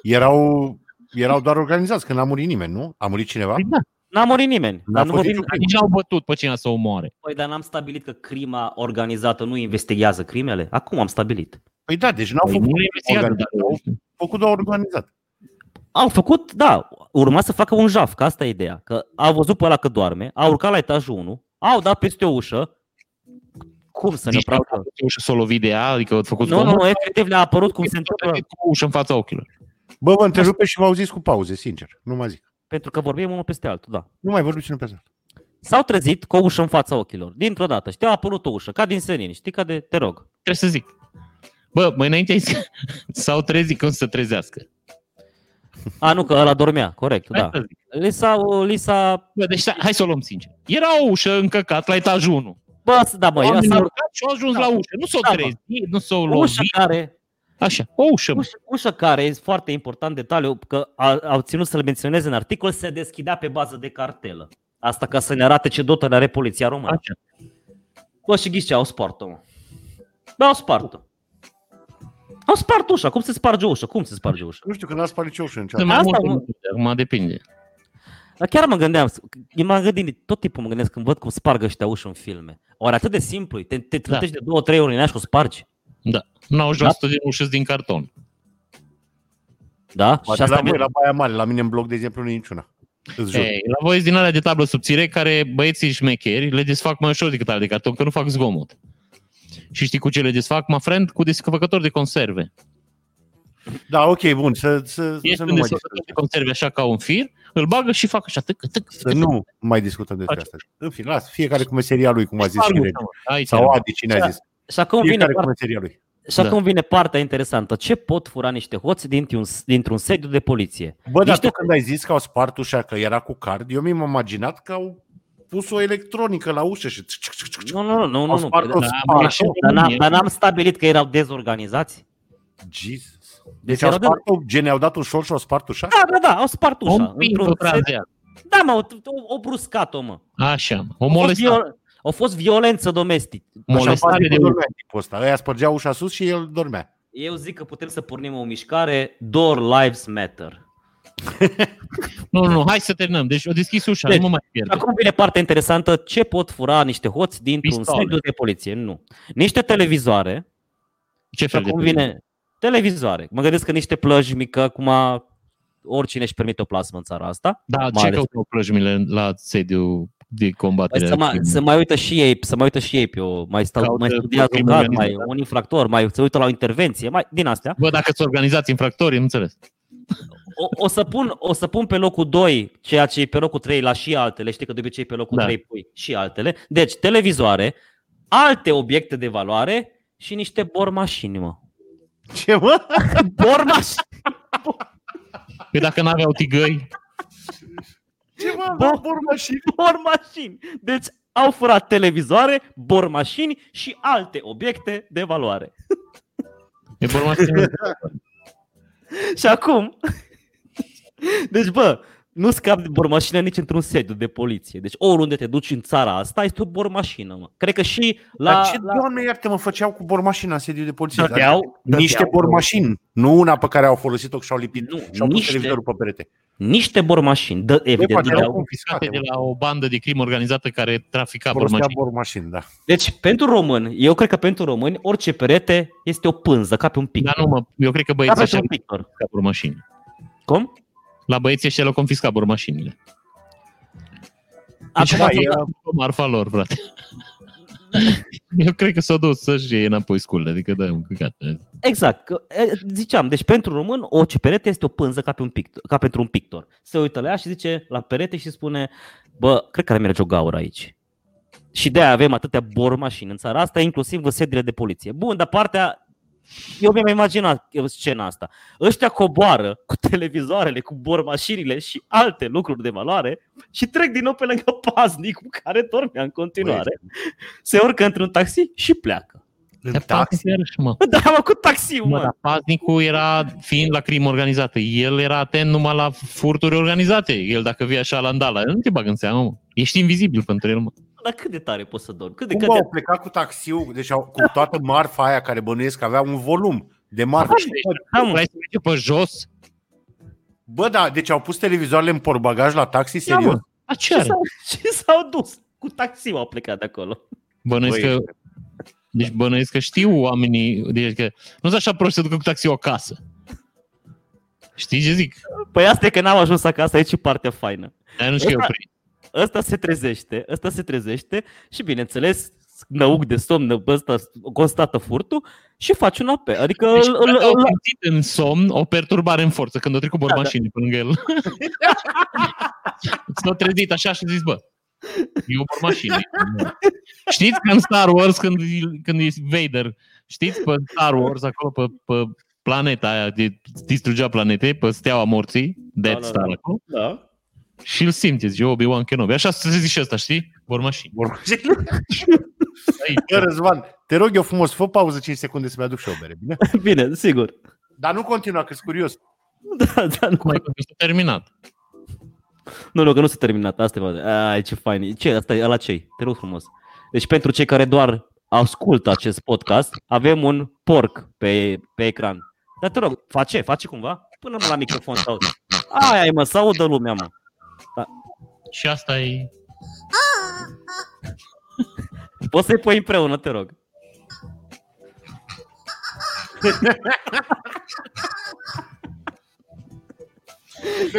Erau, erau doar organizați, că n-a murit nimeni, nu? A murit cineva? Păi da, N-a murit nimeni. N-a Dar, nu fost vorbim, niciun- nici n-au bătut pe cine să o omoare. păi, dar n-am stabilit că crima organizată nu investigează crimele. Acum am stabilit. Păi da, deci n-au Păi făcut, nu le investigează, organizat, dar- au făcut doar organizat. Au făcut, da, urma să facă un jaf, că asta e ideea. Că au văzut pe ăla că doarme, au urcat la etajul 1, au dat peste o ușă. Cum să ne Zici că a oprească? făcut ușa să o lovi de ea, adică a făcut Nu, nu, nu, efectiv le-a apărut cum se întâmplă, cu ușa în fața ochilor. Bă, vă întrerupe și v-au zis cu pauze, sincer. Nu mai zic. pentru că vorbim unul peste altul, da. Nu mai vorbim și nu pe asta. S-au trezit cu o ușă în fața ochilor, dintr-o dată, știi, a apărut o ușă, ca din senin, știi, ca de, te rog. Trebuie să zic. Bă, mai înainte ai zis că s-au trezit când să trezească. A, nu, că ăla dormea, corect, da. Hai să zic. Li s-a, li s-a, Bă, deci stai, hai să o luăm sincer. Era o ușă încăcat la etajul 1. bă, s- da, bă, era Oamenii s-a, au urcat și au ajuns Da. la ușă. Nu s-au Da, mă. trezit, nu s-au o ușă lovit. care, Așa, o ușă. mă. ușă, ușă care, e foarte important detaliu, că a, au ținut să-l menționeze în articol, se deschidea pe bază de cartelă. Asta ca să ne arate ce dotări are poliția română. Așa. Bă, și ghici ce au spart-o, mă. Bă, au spart-o. Am spart ușa. Cum se sparge ușa? Cum se sparge ușa? Nu știu, că n-a spart nicio ușă în Sunt cealaltă. mai Asta multe mă- lucruri, acum depinde. Dar chiar mă gândeam, eu m-am gândit, tot timpul mă gândesc când văd cum sparg ăștia uși în filme. Oare atât de simplu, e? te, te trântești de două, trei ori în ea și o spargi. Da. 90% din ușă din carton. Da? Poate și asta la, mi- noi, la Baia Mare, la mine în bloc, de exemplu, nu e niciuna. Îți jur. Ei, la voi din alea de tablă subțire, care băieții șmecheri le desfac mai ușor decât ale de carton, că nu fac zgomot. Și știi cu ce le desfac, mă friend? Cu descăfăcători de conserve. Da, ok, bun, să, să, Ești să un nu mai descăfăcător de discutăm. conserve așa ca un fir, îl bagă și fac așa, tâc, tâc, Să nu mai discutăm despre Faci. asta. În fine, las, fiecare cu meseria lui, cum a zis Sparg Irene. ușa, mă. Aici, Sau Adi, cine a Da. zis. Și acum vine Fiecare cu partea, meseria lui. și acum vine partea interesantă. Ce pot fura niște hoți dintr-un, dintr-un sediu de poliție? Bă, dar Niște- tu când ai zis că au spart ușa, că era cu card, eu mi-am imaginat că au pus o electronică la ușă și... Nu, nu, nu, nu, Au nu. nu. spart o Dar- da, mă, spartă. așa. Dar n-am, dar n-am stabilit că erau dezorganizați? Jesus. Deci Deci au erau de- spart o, gen, au dat un șor și au spart ușa? Da, da, da, au spart ușa. Un pic într-un o sediu- trazea. Da, mă, o, o, o bruscat-o, mă. Așa, o A fost, molestare. viol- a fost violență domestică. Așa molestare poate de că dormea tipul ăsta. Ăia spărgea ușa sus și el dormea. Eu zic că putem să pornim o mișcare Door Lives Matter. Nu, nu, hai să terminăm. Deci o deschis ușa, Deci, nu mă mai Și pierd. acum vine partea interesantă, ce pot fura niște hoți dintr-un Pistoale. sediu de poliție? Nu. Niște televizoare, Ce și fel de acum vine televizoare. Mă gândesc că niște plăji mică, acum oricine își permite o plasmă în țara asta. Da, mai ce ales- căutau plăjmile la sediu de Păi combatere? să, mai, să mai uită și ei, să mai uită și ei pe o, mai stau, Caută mai studiază un crimă caz, mai organizată. un infractor, mai se uită la o intervenție, mai din astea. Bă, dacă ți organizați infractorii, nu înțeles. O, o, să pun, o să pun pe locul 2 ceea ce e pe locul 3 la și altele, știi că de obicei pe locul Da. da. 3 pui și altele. Deci televizoare, alte obiecte de valoare și niște bormașini, mă. Ce mă? Bormașini! Păi dacă n-aveau tigăi, Ce mă? Bă. Bă, borma și... Bormașini! Deci au furat televizoare, bormașini și alte obiecte de valoare. e vorba să- Și acum... Deci, bă, nu scap de bormașină nici într-un sediu de poliție. Deci oriunde te duci în țara asta, este o bormașină, mă. Cred că și la... Dar ce, la... doamne iartă, mă făceau cu bormașina în sediu de poliție? Adică Dădeau, Niște dădeau, bormașini, nu una pe care au folosit-o și au lipit. Nu, Și au pus niște- televizorul pe perete. Niște bormașini, dă, Bă, evident. poate erau Dădeau. Poate confiscate. de mă. la o bandă de crimă organizată care trafica Folosea bormașini. bormașini, da. Deci, pentru român, eu cred că pentru români, orice perete este o pânză, ca pe un pic. Dar nu mă, eu cred că Da, ca băieții exact. pe ăștia un au pictor. confiscat bormașini. Cum? La băieții ăștia le-au confiscat bormașinile. Deci Acum, da, da, e- era... marfa lor, frate. eu cred că s-au dus să-și iei înapoi sculele, adică da, un căcat. Exact. că, e, Ziceam, deci pentru român, orice perete este o pânză ca, pe un pictor, ca pentru un pictor. Se uită la ea și zice la perete și spune, bă, cred că ne merge o gaură aici. Și de-aia avem atâtea bormașini în țara asta, inclusiv în sediile de poliție. Bun, dar partea... Eu mi-am imaginat eu, scena asta. Ăștia coboară cu televizoarele, cu bormașinile și alte lucruri de valoare și trec din nou pe lângă paznicul care dormea în continuare. Se urcă într-un taxi și pleacă. În Dar taxi. paznic iarăși, mă. Da, mă, cu taxiul, Mă, mă. dar paznicul era, fiind la crimă organizată, el era atent numai la furturi organizate. El dacă vii așa la îndala, nu te bag în seamă, mă. Ești invizibil pentru el, mă. Dar cât de tare poți să dormi? Cât de, Cum cât au de... plecat cu taxiul, deci au, cu toată marfa aia care bănuiesc că avea un volum de marfă. Da, mă. Vrei să mergi pe jos? Bă, da, deci au pus televizoarele în portbagaj la taxi, Ia, Da, mă. serios? A, ce Și are? s-au, și s-au dus. Cu taxiul au plecat de acolo. Bănuiesc Băi, că, deci bănuiesc că știu oamenii, deci că nu sunt așa proști să ducă cu taxiul acasă. Știi ce zic? Păi asta e că n-au ajuns acasă, aici e partea faină. Aia nu știu că eu Ăsta- prin. Ăsta se trezește, ăsta se trezește și bineînțeles, năuc de somn, ăsta constată furtul și face un apel. Adică Deci, îl, îl, au îl, Da, simțit în somn o perturbare în forță când o trecut bormașinii pe lângă el. S-a trezit așa și a zis, bă, e o bormașină. Știți că în Star Wars, când, când e Vader, știți pe Star Wars, acolo pe, pe planeta aia, de, distrugea planete, pe steaua morții, Death da, Star da. acolo, da. și îl simte, zice Obi-Wan Kenobi. Așa se zice și ăsta, știi? Bormașini. Păi, Bormașini. Bă, Aici. Răzvan, te rog eu frumos, fă pauză 5 secunde să-mi aduc și o bere, bine? Bine, sigur. Dar nu continua, că curios. Da, da, nu, Cum ai fost terminat? nu, nu, că nu s-a terminat. Asta e, bă. Ai, ce fain. e. Ce, asta e la cei? Te rog frumos. Deci pentru cei care doar ascultă acest podcast, avem un porc pe, pe ecran. Dar te rog, face, face cumva? Până la microfon sau... Aia e, mă, să audă lumea, mă. Și asta e... Poți să-i pui împreună, te rog.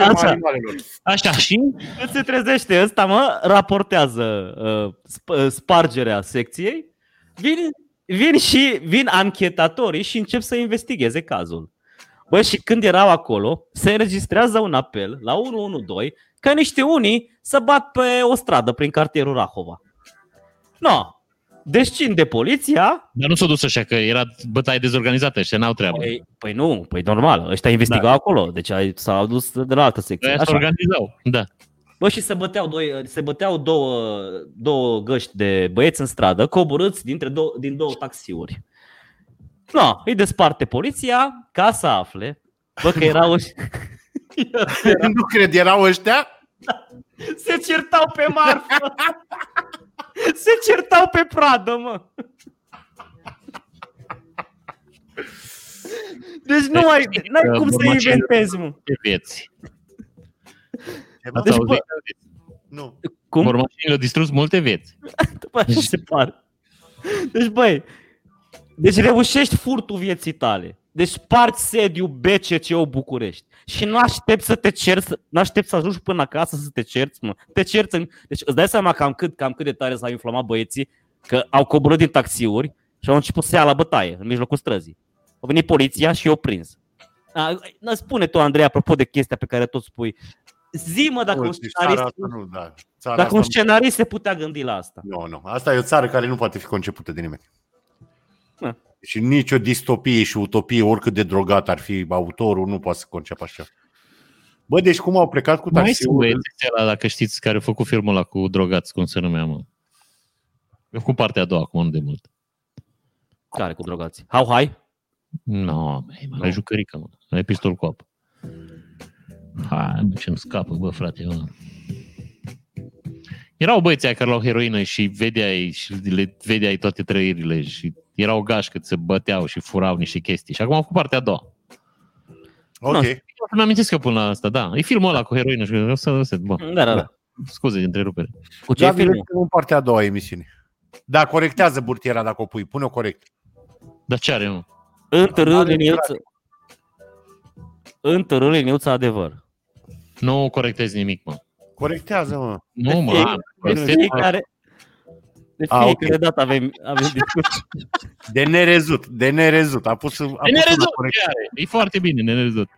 Așa. animalelor. Așa, și Când se trezește ăsta, mă, raportează uh, sp- uh, spargerea secției, vin, vin și vin anchetatorii și încep să investigheze cazul. Bă, și când erau acolo, se înregistrează un apel la 112 ca niște unii să bat pe o stradă prin cartierul Rahova. No, descind de poliția. Dar nu s-a dus așa, că era bătaie dezorganizată și n-au treabă. Păi, păi nu, păi normal, ăștia investigau da. acolo, deci ai- s-au dus de la altă secție. Aia se organizau, da. Bă, și se băteau, doi, se băteau două, două găști de băieți în stradă, coborâți dintre două, din două taxiuri. No, îi desparte poliția ca să afle. Bă, că erau și... Nu cred, erau ăștia? se certau pe marfă. se certau pe pradă, mă. Deci nu mai, n-ai cum să inventezi, mă. Ce vieți. Deci, Deci, bă, Nu. cum? au distrus multe vieți. Bă, așa se pare. Deci, băi, deci reușești furtul vieții tale. Deci spargi sediu BCCO București. Și nu aștept să te cerți, nu aștept să ajungi până acasă să te cerți, mă. Te cerți în... Deci îți dai seama cam cât, cam cât de tare s-au inflamat băieții, că au coborât din taxiuri și au început să ia la bătaie în mijlocul străzii. A venit poliția și i-au prins. A, na, spune tu, Andrei, apropo de chestia pe care tot spui. Zi-mă dacă un Deci țara scenarist, asta nu, da. Țara dacă un asta scenarist se putea gândi la asta. Nu, nu. Asta e o țară care nu poate fi concepută de nimeni. Da. Și nicio distopie și utopie, oricât de drogat ar fi autorul, nu poate să conceapă așa. Bă, deci cum au plecat cu Mai sunt taxiul? băieții ăla, dacă știți, care a făcut filmul ăla cu drogați, cum se numea, mă. Eu cu partea a doua, acum nu de mult. Care cu drogați? How high? Nu, no, mai, mă, la Nu. jucărică, mă. La pistol cu apă. Hai, mă, ce-mi scapă, bă, frate, mă. Erau băieții aia care luau heroină și vedeai, și le vedeai toate trăirile și erau gașcă, se băteau și furau niște chestii. Și acum au făcut partea a doua. Ok. Nu am că până la asta, da. E filmul ăla cu heroină și o să, o să, bă, Da, da, da. scuze de întrerupere. Cu ce Ce e Gabi, filmul? filmul? în partea a doua a emisiunii. Da, corectează burtiera dacă o pui. Pune-o corect. Dar ce are, mă? Întârâ Are liniuță. Întârâ liniuță adevăr. Păi Nu corectez nimic, mă. Corectează, mă. Nu, mă, fie- am, De corectez, fiecare, de A, ok. fiecare dată avem, avem discuții. De nerezut. De nerezut. A pus, a pus E una nerezut, corect. ce are? E foarte bine, nerezut.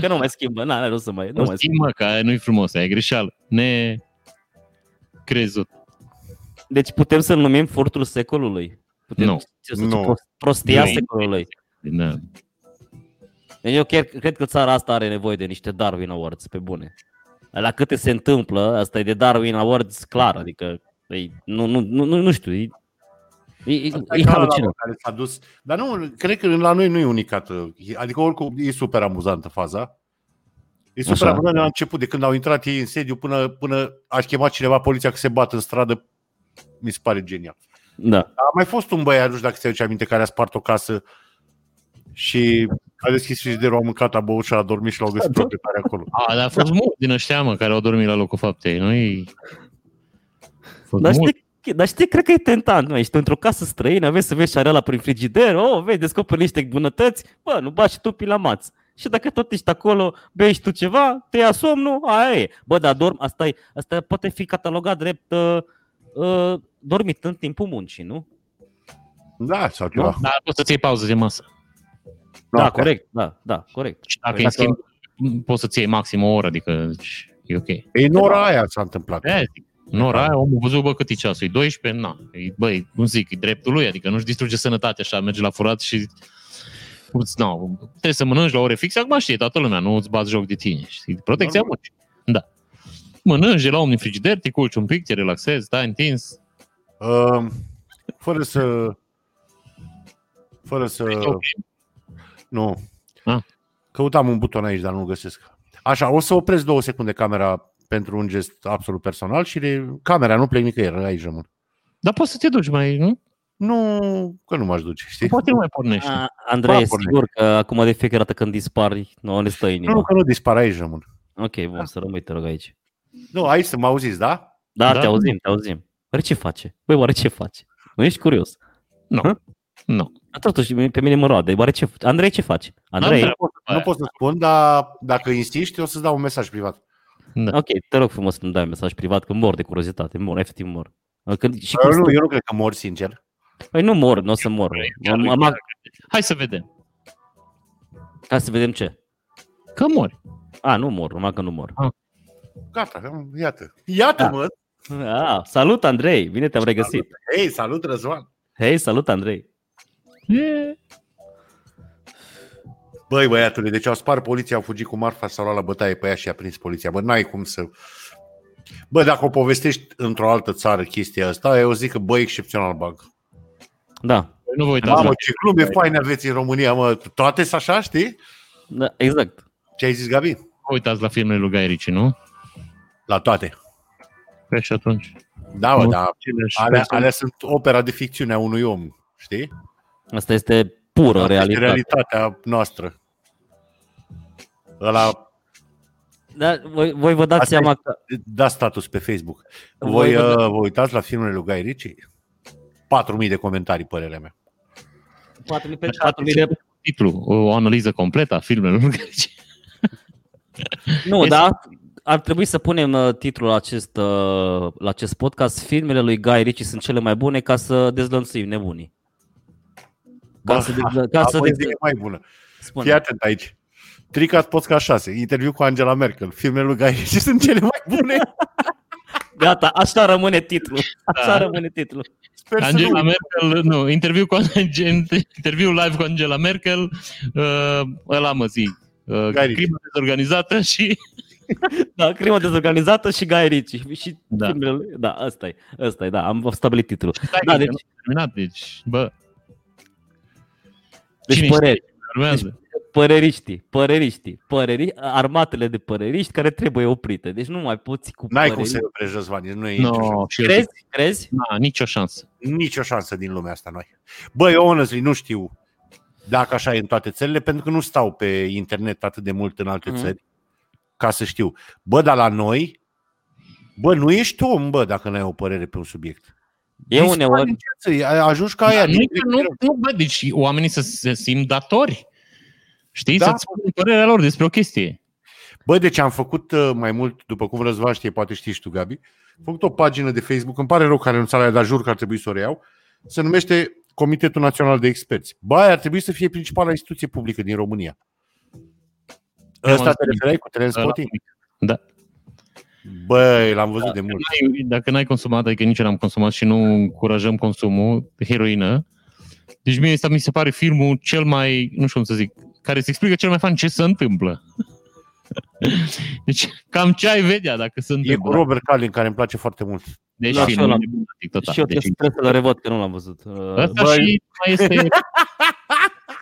Că nu mai schimbă. Na, na, nu să mai, nu Nu mai schimbă. schimbă, că aia nu-i frumos, aia e greșeală. Ne... Crezut. Deci putem să-l numim furtul secolului. Putem Nu. Ce să zic, Nu. prost- Prostia Nu. secolului. Da. Deci eu chiar cred că țara asta are nevoie de niște Darwin Awards, pe bune. La câte se întâmplă, asta e de Darwin Awards clar, adică ei, nu, nu, nu, nu, nu știu, e, e, e, Asta e e ca ăla halucinant. care s-a dus. Dar nu, cred că la noi nu e unicat. Adică oricum e super amuzantă faza. E super Așa. amuzant de la început, de când au intrat ei în sediu până, până a chemat cineva poliția că se bat în stradă. Mi se pare genial. Da. A mai fost un băiat, nu știu dacă ți aduce aminte, care a spart o casă și a deschis frigiderul, a mâncat, a băut și a dormit și l-au găsit proprietari acolo. A, dar a Da. fost mult din ăștia, mă, care au dormit la locul faptei. Nu e... A fost Dar mult. știi, dar știi, cred că e tentant, nu? Ești într-o casă străină, vezi să vezi șarela prin frigider, oh, vezi, descoperi niște bunătăți, bă, nu baci tu la maț. Și dacă tot ești acolo, bei și tu ceva, te ia somnul, aia e. Bă, dar dorm, asta, e, asta poate fi catalogat drept uh, uh, dormit în timpul muncii, nu? Da, sau ceva. Dar poți să-ți iei pauză de masă. da, Da, corect, da, da, corect. Și dacă Păi îi dacă- schimbi, poți să-ți iei maxim o oră, adică deci, e ok. În ora aia s-a întâmplat. Eh. De-aia zic. În Da. ora aia omul văzut, bă, cât e ceasul, e 12, na. E, băi, cum zic, e dreptul lui, adică nu-și distruge sănătatea așa, merge la furat și... Ups, no, trebuie să mănânci la ore fixe, acum știi, toată lumea, nu îți bați joc de tine, știi, protecția Normal. muncii. Da. Mănânci, de la om din frigider, te culci un pic, te relaxezi, stai întins, Uh, fără să... Fără Păi, să... ok. Nu. Ah. Căutam un buton aici, dar nu-l găsesc. Așa, o să opresc două secunde camera pentru un gest absolut personal și de... camera nu plec nicăieri, aici rămân. Dar poți să te duci mai, nu? nu, că nu m-aș duce, știi? Poate nu mai pornește. A, Andrei, Ba, pornește. sigur că acum de fiecare dată când dispari, nu ne stă inima. Nu, că nu dispar aici rămân. Ok, bun, să rămâi, te rog, aici. Nu, aici să mă auziți, da? Da, Da. te auzim, te auzim. Oare ce face? Băi, oare ce face? Nu ești curios? Nu. Dar totuși, pe mine mă roade. Oare ce face? Andrei, ce faci? Andrei, N-am Nu pot, nu pot să spun, dar dacă insisti, o să-ți dau un mesaj privat. Da. ok, te rog frumos să-mi dai un mesaj privat, că mor de curiozitate, mor, efectiv mor. Când, și Eu când nu, eu nu cred că mor, sincer. Păi nu mor, nu o să mor. Chiar Am- nu-i am- clar. Hai să vedem. Ca să vedem ce. Că mori. A, nu mor, numai că nu mor. Gata, am- iată. Iată-mă! A, salut Andrei, bine te-am regăsit. Hei, salut, Răzvan! Hei, salut Andrei. E, Băi, băiatule, deci au spart poliția, au fugit cu marfa, s-au luat la bătaie pe ea și a prins poliția. Bă, n-ai cum să... Bă, dacă o povestești într-o altă țară chestia asta, eu zic că, bă, excepțional bag. Da, Nu vă uitați. Mamă, la- ce glume faine aveți în România, mă. Toate sunt așa, știi? da exact. Ce ai zis, Gabi? Vă uitați la filmele lui Guy Ritchie, nu? La toate. Păi și atunci. Da, bă, Nu. da. Aceleași Alea, persoane. alea sunt opera de ficțiune a unui om, știi? Asta este pură Asta este realitate. realitatea noastră. Ăla, Da, voi, voi vă dați Asta seama că... da status pe Facebook. Voi Voi uh, vă vă uitați la filmele lui Guy Ritchie? 4.000 de comentarii, părerea mea. 4.000 Deci, Titlu, o analiză completă a filmelor lui Guy Ritchie. Nu, Este- da, ar trebui să punem uh, titlul la acest, uh, la acest podcast. Filmele lui Guy Ritchie sunt cele mai bune ca să dezlănțuim nebunii. Ca Bă, să, dezlă... ca să Apoi dezlă... e mai bună. Spune. Fii atent aici. Tricat Podcast 6, interviu cu Angela Merkel. Filmele lui Guy Ritchie sunt cele mai bune. Gata, așa rămâne titlul. Așa Da. rămâne titlul. Sper să Angela nu. Merkel, nu, interviu, cu, interviu live cu Angela Merkel, uh, ăla mă zi, uh, Guy Ritchie. crimă dezorganizată și Da, crimă dezorganizată și Guy Ritchie. Și Da. da. filmele lui. Da, asta e. Asta e, da, am stabilit titlul. da, Da, deci... deci- nu am terminat, deci, bă, Cine Deci știe? păreri, urmează. păreriștii, păreriștii, păreri, armatele de păreriști care trebuie oprite. Deci nu mai poți cu N-ai cum păreriști. să oprești Răzvan, nu e nicio șansă. No, și eu zic, Deci Crezi? Crezi? na, nicio șansă. nicio șansă din lumea asta noi. Bă, eu honestly nu știu dacă așa e în toate țările, pentru că nu stau pe internet atât de mult în alte Mhm. țări ca să știu. Bă, dar la noi, bă, nu ești om, bă, dacă n-ai o părere pe un subiect. Eu Dispari uneori, în ceață, ai- Ajungi ca aia. Da, nu, deci direct, nu, rău. nu, bă, deci oamenii să se simt datori. Știi? Da. Să-ți spună părerea lor despre o chestie. Bă, deci am făcut uh, mai mult, după cum Răzvan știe, poate știi și tu, Gabi, am făcut o pagină de Facebook, îmi pare rău că a renunțat la ea, dar jur că ar trebui să o reiau, se numește Comitetul Național de Experți. Bă, aia ar trebui să fie principala instituție publică din România. Eu am Ăsta te zis. referai cu da. Ăla- Transporting? Da. Băi, l-am Da. văzut de mult. Dacă n-ai- Dacă n-ai consumat, adică nici eu n-am consumat și nu încurajăm consumul, heroină, deci mie asta mi se pare filmul cel mai, nu știu cum să zic, care se explică cel mai fan ce se întâmplă. Deci cam ce ai vedea dacă se E cu întâmplă. Robert Calin, care îmi place foarte mult. Deci Da, și filmul ăla. e lunatic total. și eu Deci, trebuie să le revăd că nu l-am văzut. Uh, Asta Băi. și mai este...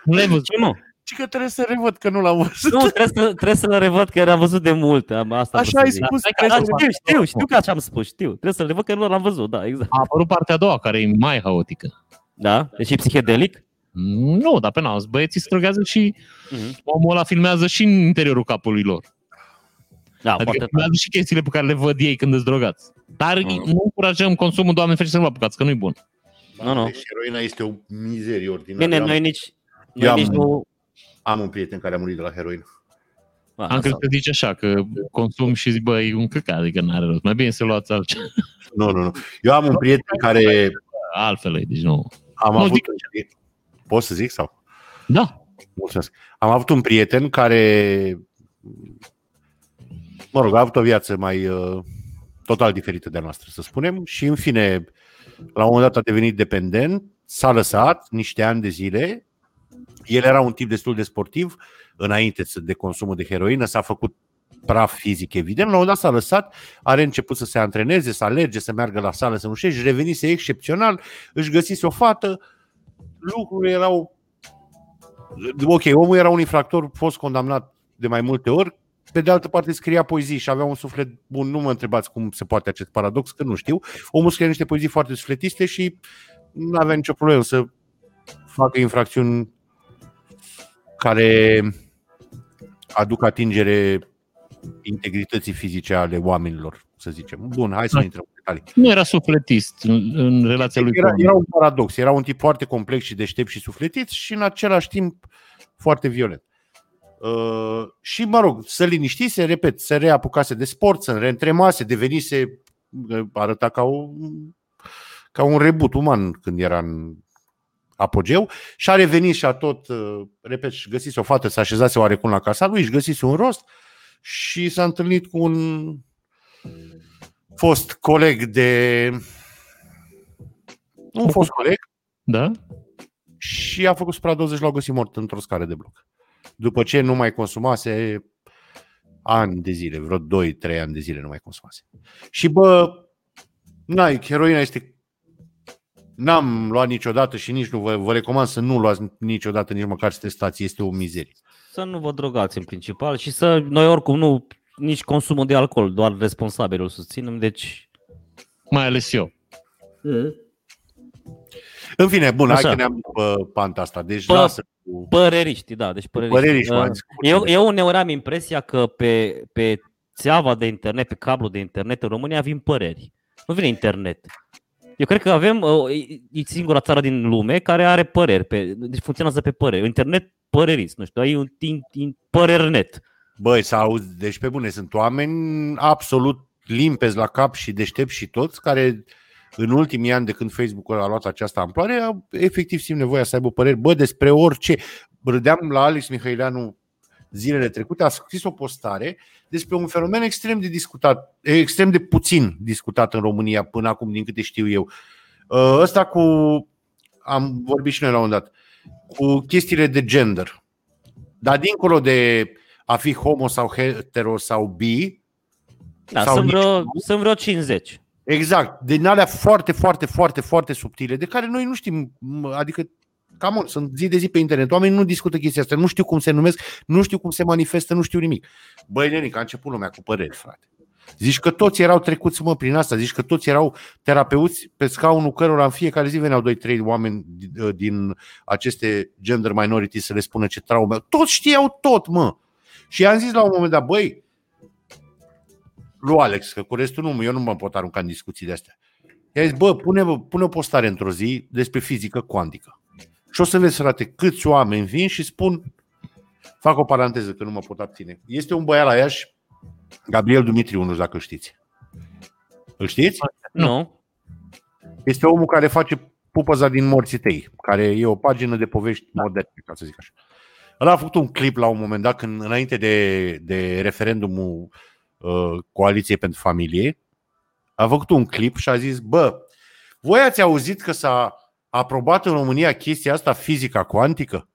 Nu l-ai văzut. Ce nu? Și că trebuie să revăd că nu l-am văzut. Nu, trebuie să, trebuie să le revăd că l-am văzut de mult. Am, asta am Așa vrut ai să zic. spus. Da, trebuie să Da, știu, revăd. știu, știu că așa am spus, știu. Trebuie să le văd că nu l-am văzut, da, exact. A apărut partea a doua, care e mai haotică. Da? Deci e psihedelic? Nu, dar pe n-au, băieții strugează și omul ăla filmează și în interiorul capului lor. Da, Adică poate. da. filmează și chestiile pe care le văd ei când îți drogați. Dar Mm. nu încurajăm consumul, doamne ferește, să nu-l apucați, că nu-i bun. Nu, nu. Deci heroina este o mizerie ordinară. Bine, Eu am, noi nici, Eu noi am- nici nu... am un prieten care a murit de la heroină. Ba, Am crezut asta- că zici așa, că consum și zici, bă, e un căcat, adică n-are rost. Mai bine să luați altceva. Nu, nu, nu. Eu am un prieten care Altfel, e, deci nu. am Nu, avut... zic- Poți să zic sau? Da, Mulțumesc. Am avut un prieten care, mă rog, a avut o viață mai uh, total diferită de a noastră, să spunem, și în fine, la un moment dat a devenit dependent, s-a lăsat niște ani de zile. El era un tip destul de sportiv, înainte să- de consumul de heroină, s-a făcut praf fizic, evident, la un moment dat s-a lăsat, a reînceput să se antreneze, să alerge, să meargă la sală, să nu știu, și revenise excepțional, își găsise o fată, lucrurile erau ok, omul era un infractor, fost condamnat de mai multe ori, pe de altă parte scria poezii și avea un suflet bun. Nu mă întrebați cum se poate acest paradox, că nu știu. Omul scria niște poezii foarte sufletiste și nu avea nicio problemă să facă infracțiuni care aduc atingere integrității fizice ale oamenilor, să zicem. Bun, hai să nu intrăm în detalii. Nu era sufletist în, în relația lui Era, cu era un paradox. Era un tip foarte complex și deștept și sufletit și în același timp foarte violent. Uh, și, mă rog, să liniștise, repet, se reapucase de sport, se reîntremase, devenise, uh, arăta ca, o, ca un rebut uman când era în apogeu și a revenit și a tot, uh, repet, și găsise o fată, s-a așezase oarecum la casa lui, și găsise un rost și s-a întâlnit cu un fost coleg de... Un fost coleg Da? și a făcut supra-20 la găsit mort într-o scară de bloc. După ce nu mai consumase ani de zile, vreo 2-3 ani de zile nu mai consumase. Și bă, n heroina este... N-am luat niciodată și nici nu vă, vă recomand să nu luați niciodată, nici măcar să testați, este o mizerie. Să nu vă drogați în principal și să noi oricum nu nici consumul de alcool, doar responsabilul susținem, deci Mai ales eu. Mm. În fine, bun, Așa. hai că ne-am după panta asta, deci Bă, lasă cu păreriști, da, deci păreriști. păreriști, Uh, mai Eu, eu uneori am impresia că pe, pe țeava de internet, pe cablul de internet în România vin păreri. Nu vine internet. Eu cred că avem, uh, e- e singura țară din lume care are păreri. Pe, deci funcționează pe păreri. Internet părerist, nu știu, ai un tin, tin, părernet. Băi, să auzi, deci pe bune, sunt oameni absolut limpezi la cap și deștepți și toți care în ultimii ani de când Facebook-ul a luat această amploare, au- efectiv simt nevoia să aibă păreri, bă, despre orice. Râdeam la Alex Mihaileanu zilele trecute, a scris o postare despre un fenomen extrem de discutat, extrem de puțin discutat în România până acum, din câte știu eu. Ă, Ăsta cu, am vorbit și noi la un dat, cu chestiile de gender. Dar dincolo de a fi homo sau hetero sau bi. Da, Sau sunt vreo, nici nu. sunt vreo 50. Exact, din alea foarte, foarte, foarte, foarte subtile, de care noi nu știm, m- adică, cam on, sunt zi de zi pe internet, oamenii nu discută chestia asta, nu știu cum se numesc, nu știu cum se manifestă, nu știu nimic. Băi, nenic, a început lumea cu păreri, frate. Zici că toți erau trecuți, mă, prin asta, zici că toți erau terapeuți pe scaunul cărora în fiecare zi veneau 2-3 oameni din- din aceste gender minority să le spună ce traume. au. Toți știau tot, mă. Și i-am zis la un moment dat, băi, lui Alex, că cu restul nu, eu nu mă pot arunca în discuții de astea. I-a zis, bă, pune, pune o postare într-o zi despre fizică cuantică. Și o să vezi, frate, câți oameni vin și spun, fac o paranteză că nu mă pot abține. Este un băiat la Iași, Gabriel Dumitriu, nu știu dacă îl știți. Îl știți? Nu. Nu? nu? Este omul care face pupăza din morții tăi, care e o pagină de povești moderne, ca să zic așa. Ăla a făcut un clip la un moment dat, când, înainte de, de referendumul uh, Coaliției pentru Familie, a făcut un clip și a zis, bă, voi ați auzit că s-a aprobat în România chestia asta, fizica cuantică?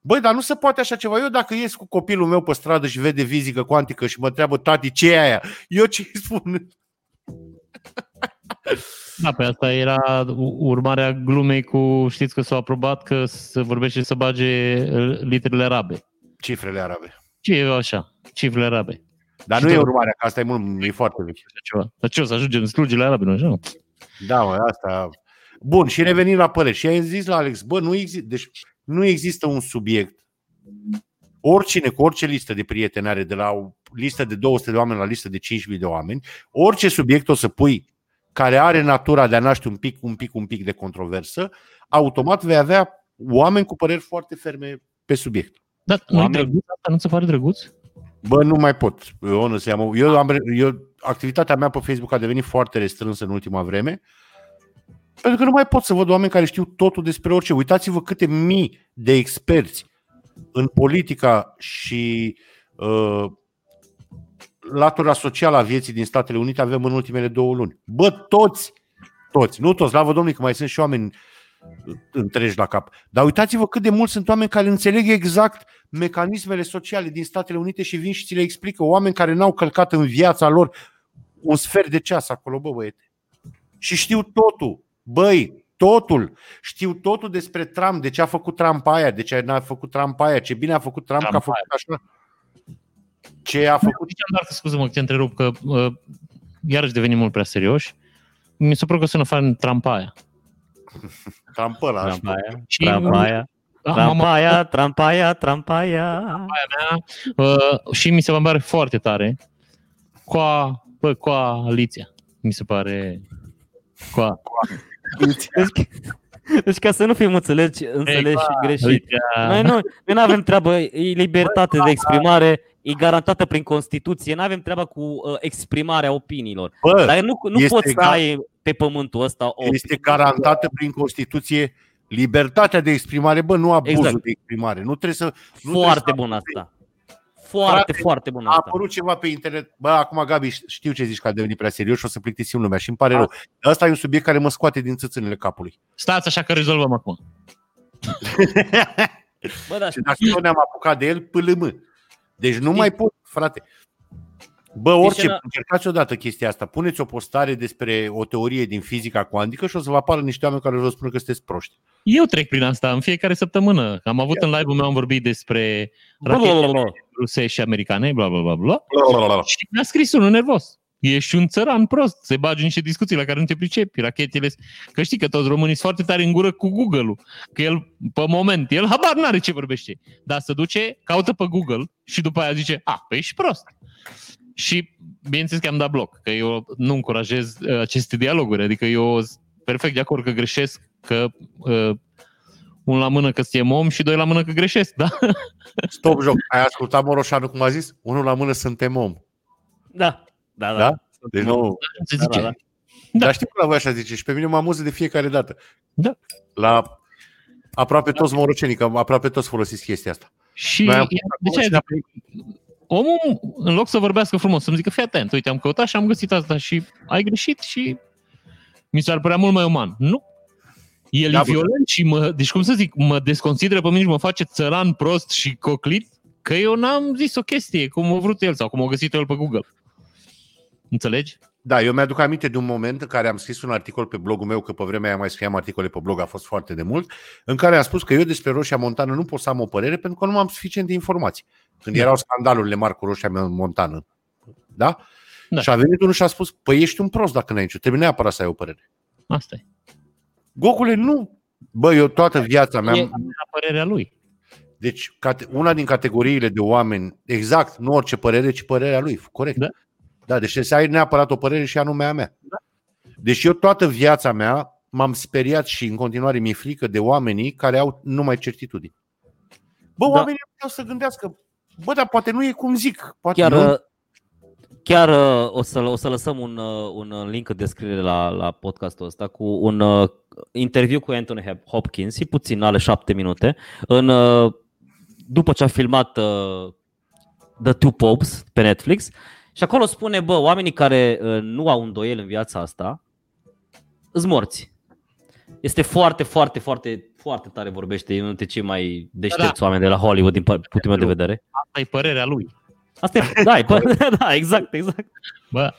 Băi, dar nu se poate așa ceva. Eu dacă ies cu copilul meu pe stradă și vede fizică cuantică și mă întreabă, tati, ce e aia? Eu ce îi spun? Da, pe asta era u- urmarea glumei cu știți că s-au aprobat că se vorbește să bage uh, literele arabe. Cifrele arabe. Ce e așa? Cifrele arabe. Dar Și nu e tot. urmarea, că asta e mult, e foarte vechi. Așa ceva. Dar ce o să ajungem în slugile arabe, nu așa? Da, mă, asta. Bun, și revenim la păreri. Și ai zis la Alex, bă, nu, exi- deci, nu există un subiect. Oricine, cu orice listă de prieteni are, de la o listă de 200 de oameni la listă de 5.000 de oameni, orice subiect o să pui care are natura de a naște un pic, un pic, un pic de controversă, automat vei avea oameni cu păreri foarte ferme pe subiect. Dar nu Oameni- drăguț asta? Nu ți se pare drăguț? Bă, nu mai pot. Eu, nu eu, am, eu, activitatea mea pe Facebook a devenit foarte restrânsă în ultima vreme Pentru că nu mai pot să văd oameni care știu totul despre orice. Uitați-vă câte mii de experți în politica și uh, latura socială a vieții din Statele Unite avem în ultimele două luni. Bă, toți, toți, nu toți, slavă Domnului că mai sunt și oameni întregi la cap. Dar uitați-vă cât de mulți sunt oameni care înțeleg exact mecanismele sociale din Statele Unite și vin și ți le explică. Oameni care n-au călcat în viața lor un sfert de ceas acolo, bă băiete și știu totul. Băi, totul. Știu totul despre Trump, de ce a făcut Trump aia, de ce n-a făcut Trump aia, ce bine a făcut Trump, Trump că a făcut așa. Ce a făcut. Ziceam doar că, scuze-mă, că te întrerup, că ă, uh, iarăși devenim mult prea serioși. Mi se pare că sună fan trampaia. Da, Trampăla. aș- Trampaia, Și- trampaia, Da, mama trampaia, trampaia, trampaia. mea uh, și mi se va pare foarte tare coa, bă, coaliția. Mi se pare coa, Deci, deci ca să nu fim înțelegi, înțelegi Exact. și greșit. coaliția. Noi nu, noi nu avem treabă, e libertate de exprimare, e garantată prin Constituție, nu avem treabă cu uh, exprimarea opiniilor. Bă, Dar nu, nu este poți să gar- ai pe pământul ăsta o este garantată prin Constituție libertatea de exprimare, bă, nu abuzul Exact. de exprimare. Nu trebuie să... Nu foarte trebuie bună asta. Foarte, Frate, foarte bună să... A asta. apărut ceva pe internet. Bă, acum, Gabi, știu ce zici că a devenit prea serios și o să plictisim lumea și îmi Da. pare rău. Dar Asta e un subiect care mă scoate din țâțânile capului. Stați așa că rezolvăm acum. Bă, da, Și dacă tot ne-am apucat de el, pâlâm. Deci nu mai pot, frate. Bă, orice, era- încercați odată chestia asta. Puneți o postare despre o teorie din fizica cuantică și o să vă apară niște oameni care o să vă spună că sunteți proști. Eu trec prin asta în fiecare săptămână. Am avut în live-ul meu, am vorbit despre Blablabla. rachete rusești și americane, bla bla bla bla. Și mi-a scris unul nervos. Ești un țăran prost, se bagi în niște discuții la care nu te pricepi, rachetele. Că știi că toți românii sunt foarte tare în gură cu Google-ul. Că el, pe moment, el habar n-are ce vorbește. Dar se duce, caută pe Google și după aia zice, a, păi ești prost. Și bineînțeles că am dat bloc, că eu nu încurajez uh, aceste dialoguri. Adică eu sunt perfect de acord că greșesc, că uh, un la mână că suntem om și doi la mână că greșesc, da? Stop joc. Ai ascultat Moroșanu cum a zis? Unul la mână suntem om. da, da, da. Da? Deci nu... Se Da, zice. da, da. Da. Dar știu că la voi așa zice și pe mine mă amuză de fiecare dată. Da. La aproape toți morocenii, că aproape toți folosiți chestia asta. Și Noi am- de ce ai Moroșenii- omul, în loc să vorbească frumos, să-mi zică, fii atent, uite, am căutat și am găsit asta și ai greșit și mi s-ar părea mult mai uman. Nu. El Da, e bă. violent și mă, deci cum să zic, mă desconsideră pe mine și mă face țăran, prost și coclit că eu n-am zis o chestie cum a vrut el sau cum a găsit el pe Google. Înțelegi? Da, eu mi-aduc aminte de un moment în care am scris un articol pe blogul meu, că pe vremea aia mai scriam articole pe blog, a fost foarte de mult, în care am spus că eu despre Roșia Montană nu pot să am o părere pentru că nu am suficient de informații. Când erau scandalurile mari cu Roșia Montană, da? Da. da. Și a venit unul și a spus, păi ești un prost dacă n-ai nicio, trebuie neapărat să ai o părere. Asta e. Gocule, nu! Bă, eu toată viața mea... E la părerea lui. Deci, cate- una din categoriile de oameni, exact, nu orice părere, ci părerea lui, corect. Da. Da, deci trebuie să ai neapărat o părere și anume a mea. Da. Deci eu toată viața mea m-am speriat și în continuare mi-e frică de oamenii care au numai certitudini. Bă, Da. oamenii puteau să gândească, bă, dar poate nu e cum zic, poate Chiar, nu. uh, chiar uh, o, să, o să lăsăm un, uh, un uh, link în descriere la, la podcastul ăsta cu un uh, interviu cu Anthony Hop- Hopkins, și puțin ale șapte minute, în, uh, după ce a filmat uh, The Two Popes pe Netflix. Și acolo spune, bă, oamenii care uh, nu au îndoiel în viața asta, îți morți. Este foarte, foarte, foarte, foarte tare vorbește. E unul dintre cei mai deștepți oameni de la Hollywood, din pă- punctul meu de vedere. Asta e părerea lui. Asta e, da, e, bă, da, exact, exact. Bă,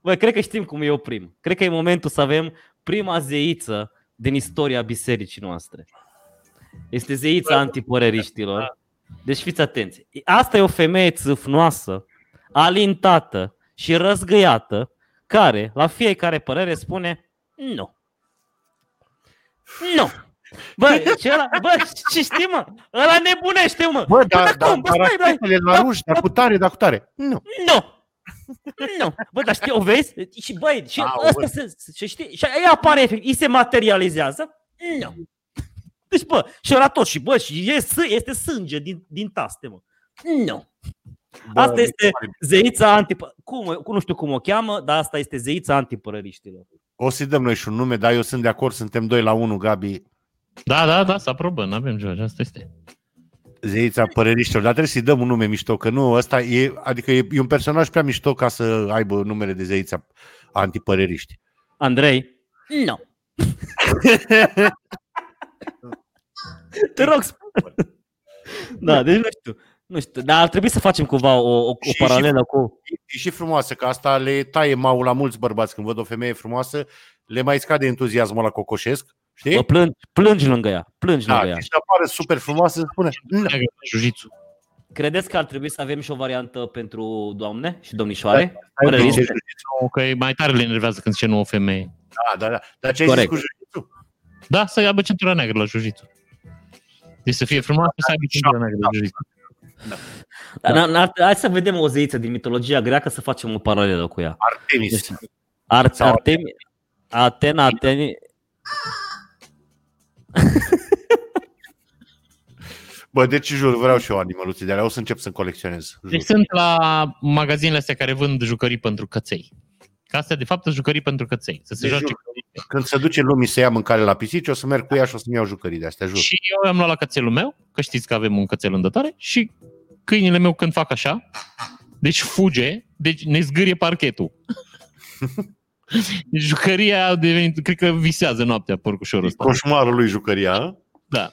Bă, cred că știm cum îi oprim. Cred că e momentul să avem prima zeiță din istoria bisericii noastre. Este zeița antipăreriștilor. Deci fiți atenți. Asta e o femeie țâfnoasă, alintată și răzgăiată, care la fiecare părere spune nu. Nu. Bă, ce ăla, bă, ce știi, mă? Ăla nebunește, mă. Bă, dar, dar dar, cum? Bă, dar stai, bă, rachetele la ruși, dar cu tare, dar cu tare. Nu. Nu! Nu! Bă, dar știi, o vezi? Și băi, și Aoleu. ăsta se, și știi, și aia apare, efectiv, îi se materializează. Nu! Deci, bă, și era tot și, bă, și e sâ- este sânge din, din taste, mă. Nu! Bă, Asta mi este se pare- zeița antipă... Cum, cum, nu știu cum o cheamă, dar asta este zeița antipărăriștilor. O să-i dăm noi și un nume, dar eu sunt de acord, suntem doi la unul, Gabi, da, da, da, să aprobă, nu avem George, asta este. Zeița păreriștilor, dar trebuie să-i dăm un nume mișto, că nu, ăsta e, adică e, e un personaj prea mișto ca să aibă numele de zeița antipăreriști. Andrei? Nu! Te rog, spune. Da, deci nu știu. Nu știu, dar ar trebui să facem cumva o, o, o Și- și- paralelă cu... E și frumoasă, că asta le taie maul la mulți bărbați când văd o femeie frumoasă, le mai scade entuziasmul la cocoșesc, știi? Mă plângi, plângi lângă ea, plângi Da, lângă ea. deci apare super frumoasă, spune, "Nu, Jiu-jitsu. Credeți că ar trebui să avem și o variantă pentru doamne și domnișoare? stai un pic, Păreriște. de jiu-jitsu." Că e mai tare le enervează când zice nu o femeie. Da, da, da. Dar ce ai zis Corect. cu jiu Da, să aibă centura neagră la jiu-jitsu. Deci să fie frumoasă, să aibă centura neagră la jiu-jitsu. Da. Dar n- n- Hai să vedem o zeiță din mitologia greacă să facem o paralelă cu ea. Deci Artemis. Ar- Sau- Artemi, Atena, Ateni, Bă, deci jur, vreau și eu animăluții de alea. O să încep să colecționez. Jur. Deci sunt la magazinele astea care vând jucării pentru căței. Că astea, de fapt, sunt jucării pentru căței. Să se Deci, joace jur, Când se duce lumii să ia mâncare la pisici, o să merg cu ea și o să-mi iau jucării de astea, jur. Și eu am luat la cățelul meu, că știți că avem un cățel în dotare, și câinile meu când fac așa, deci fuge, deci ne zgârie parchetul. Deci jucăria a devenit, cred că visează noaptea porcușorul ăsta. Coșmarul lui jucăria, ă? hă? Da.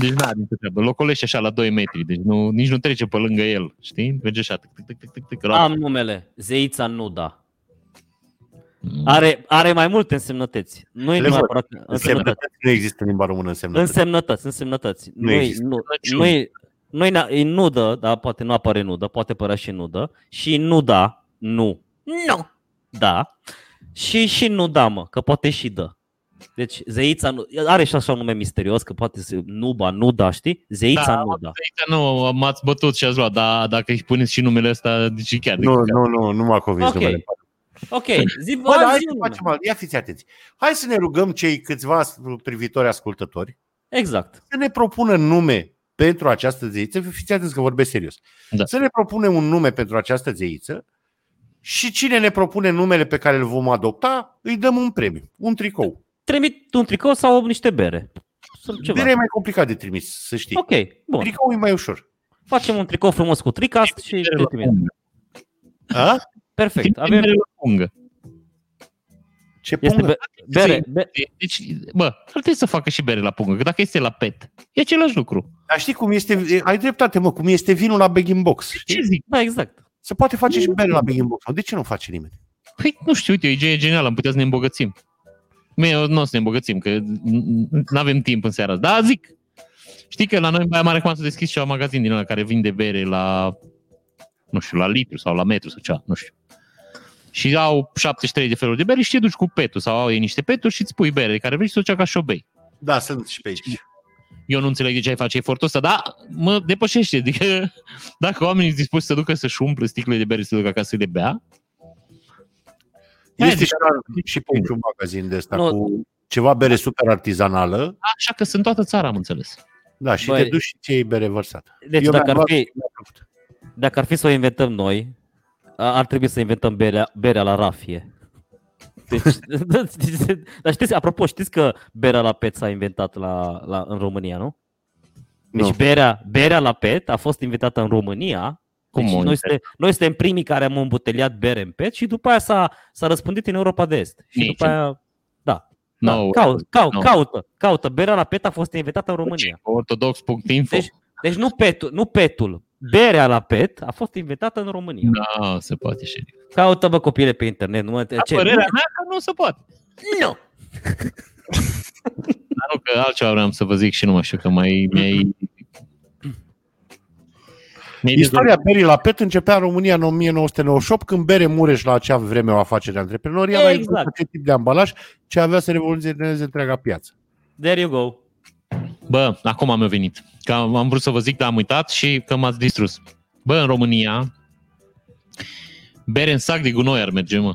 Deci n-are nicio treabă. Locolește așa la 2 metri, deci nu, nici nu trece pe lângă el, știi? Merge așa, tic, tic, tic, tic, tic, Da. am numele, zeița Nuda. Mm. Are, are mai multe însemnătăți. Nu e Le văd. neapărat însemnătăți. Însemnătăți nu există în limba română însemnătăți. Însemnătăți, însemnătăți. Nu Nu, e- există. nu, nu, e- nu e, na- e nudă, da, poate nu apare nudă, poate părea și nudă. Și nu da, nu. Nu. Da. Și, și nu da, mă, că poate și dă. Deci zeița nu, are și așa un nume misterios, că poate se nuba, nu da, știi? Zeița Da, nu da. Uite, nu, m-ați bătut și ați luat, dar dacă îi puneți și numele ăsta, deci e chiar. Nu, nu, nu, nu m-a convins. Ok. Okay. Bă, Ok, zi, dar bă, hai zi să un nume. facem alt. Ia fiți atenți. Hai să ne rugăm cei câțiva privitori ascultători Exact. să ne propună nume pentru această zeiță. Fiți atenți că vorbesc serios. Da. Să ne propune un nume pentru această zeiță și cine ne propune numele pe care îl vom adopta, îi dăm un premiu, un tricou. Trimit un tricou sau niște bere. Sau Da, ceva. Bine, e mai complicat de trimis, să știi. Ok, bun. Tricoul e mai ușor. Facem un tricou frumos cu tricast și Bere te la trimit. pungă. A? Perfect. Avem Avem bere la pungă. Ce este pungă? be- bere, be- Deci, bă, ar trebui să facă și bere la pungă, că dacă este la pet, e același lucru. Dar știi cum este, ai dreptate mă, cum este vinul la bag in box. Ce Știi? zic? da, exact. Se poate face și bere la bag in box. De ce nu face nimeni? Păi, nu știu, uite, o idee genială, am putea să ne îmbogățim. Mie nu o să ne îmbogățim, că nu avem timp în seara asta. Da, zic. Știi că la noi în Baia Mare acum s-a deschis și un magazin din ăla care vinde bere la, nu știu, la litru sau la metru sau cea, nu știu. Și au 73 de feluri de bere și te duci cu petul sau au ei niște peturi și îți pui bere de care vrei și să o cea ca și o bei. Da, sunt și pe aici. Eu nu înțeleg de ce ai face efortul ăsta, dar mă depășește. Adică, dacă oamenii sunt dispuși să ducă să-și umple sticle de bere să ducă acasă să le bea, Este Hai, și, și pe aici un magazin de ăsta Nu. cu ceva bere super artizanală. așa că sunt toată țara, am înțeles. Da, și Băi. te duci și ți iei bere vărsată. Deci Eu dacă mi-am ar, luat- fi, dacă ar fi să o inventăm noi, a- ar trebui să inventăm berea, berea la rafie. Deci, deci- dar știți, apropo, știți că berea la pet s-a inventat la, la, în România, nu? Deci Nu. berea, berea la pet a fost inventată în România. Cum Deci o noi, suntem, noi suntem primii care am îmbuteliat bere în pet și după aia s-a, s-a răspândit în Europa de Est. Și Nici după aia, da, da No, cau, cau, no. caută, caută. Berea la pet a fost inventată Păi în Deci, România. Ortodox.info. Deci, deci nu, petul, nu petul, berea la pet a fost inventată în România. Da. Da, se poate și. Caută bă copile pe internet, nu mă Dar ce? Da, părerea mea că nu se poate. Nu! Dar nu că altceva vreau să vă zic și nu mai știu că mai mi-ai... mi-ai Istoria berii la pet începea în România în 1998, când Bere Mureș la acea vreme o afacere antreprenorială a Exact. exact. acest tip de ambalaj ce avea să revoluționeze întreaga piață. There you go. Bă, acum mi-a venit. Că am am vrut să vă zic, dar am uitat și că m-ați distrus. Bă, în România, bere în sac de gunoi ar merge, mă.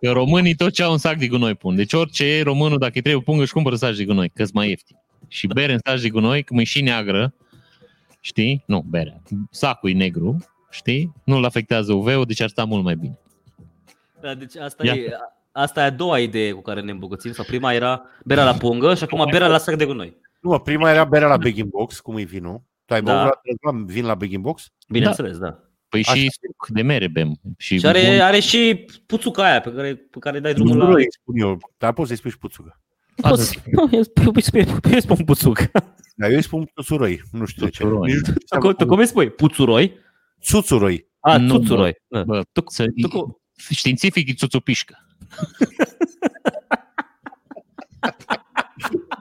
Că românii tot ce au în sac de gunoi pun. Deci orice e românul, dacă îi trebuie pungă, își cumpără saci de gunoi, că mai ieftin. Și Da. bere în saci de gunoi, cum e și neagră, știi? Nu, bere. Sacul e negru, știi? Nu-l afectează UV-ul, deci ar sta mult mai bine. Da, deci asta Ia. e, a- asta e a doua idee cu care ne îmbogățim. Sau prima era berea la pungă și acum berea la sac de gunoi. Nu, mă, prima era berea la bag in box, cum e vinul. Tu ai Da. da. băut vin la bag in box? Bineînțeles, da. da. Păi Așa. și suc de mere bem. Și, Și are, are și puțuca aia pe care, pe care dai drumul Nu la... îi spun eu, dar poți să-i spui și puțugă. Asta Poți- Nu, eu spun- eu spun- eu spun puțuc. Dar eu îi spun tuțuroi, nu știu de ce. Tuțuroi. Nici nu știu ce Tu, tu am- cum îi spui? Puțuroi? Tuțuroi. A, Nu, nu, tuțuroi. Da. Bă, Tu, să, tu, cum- științific e țuțupișcă.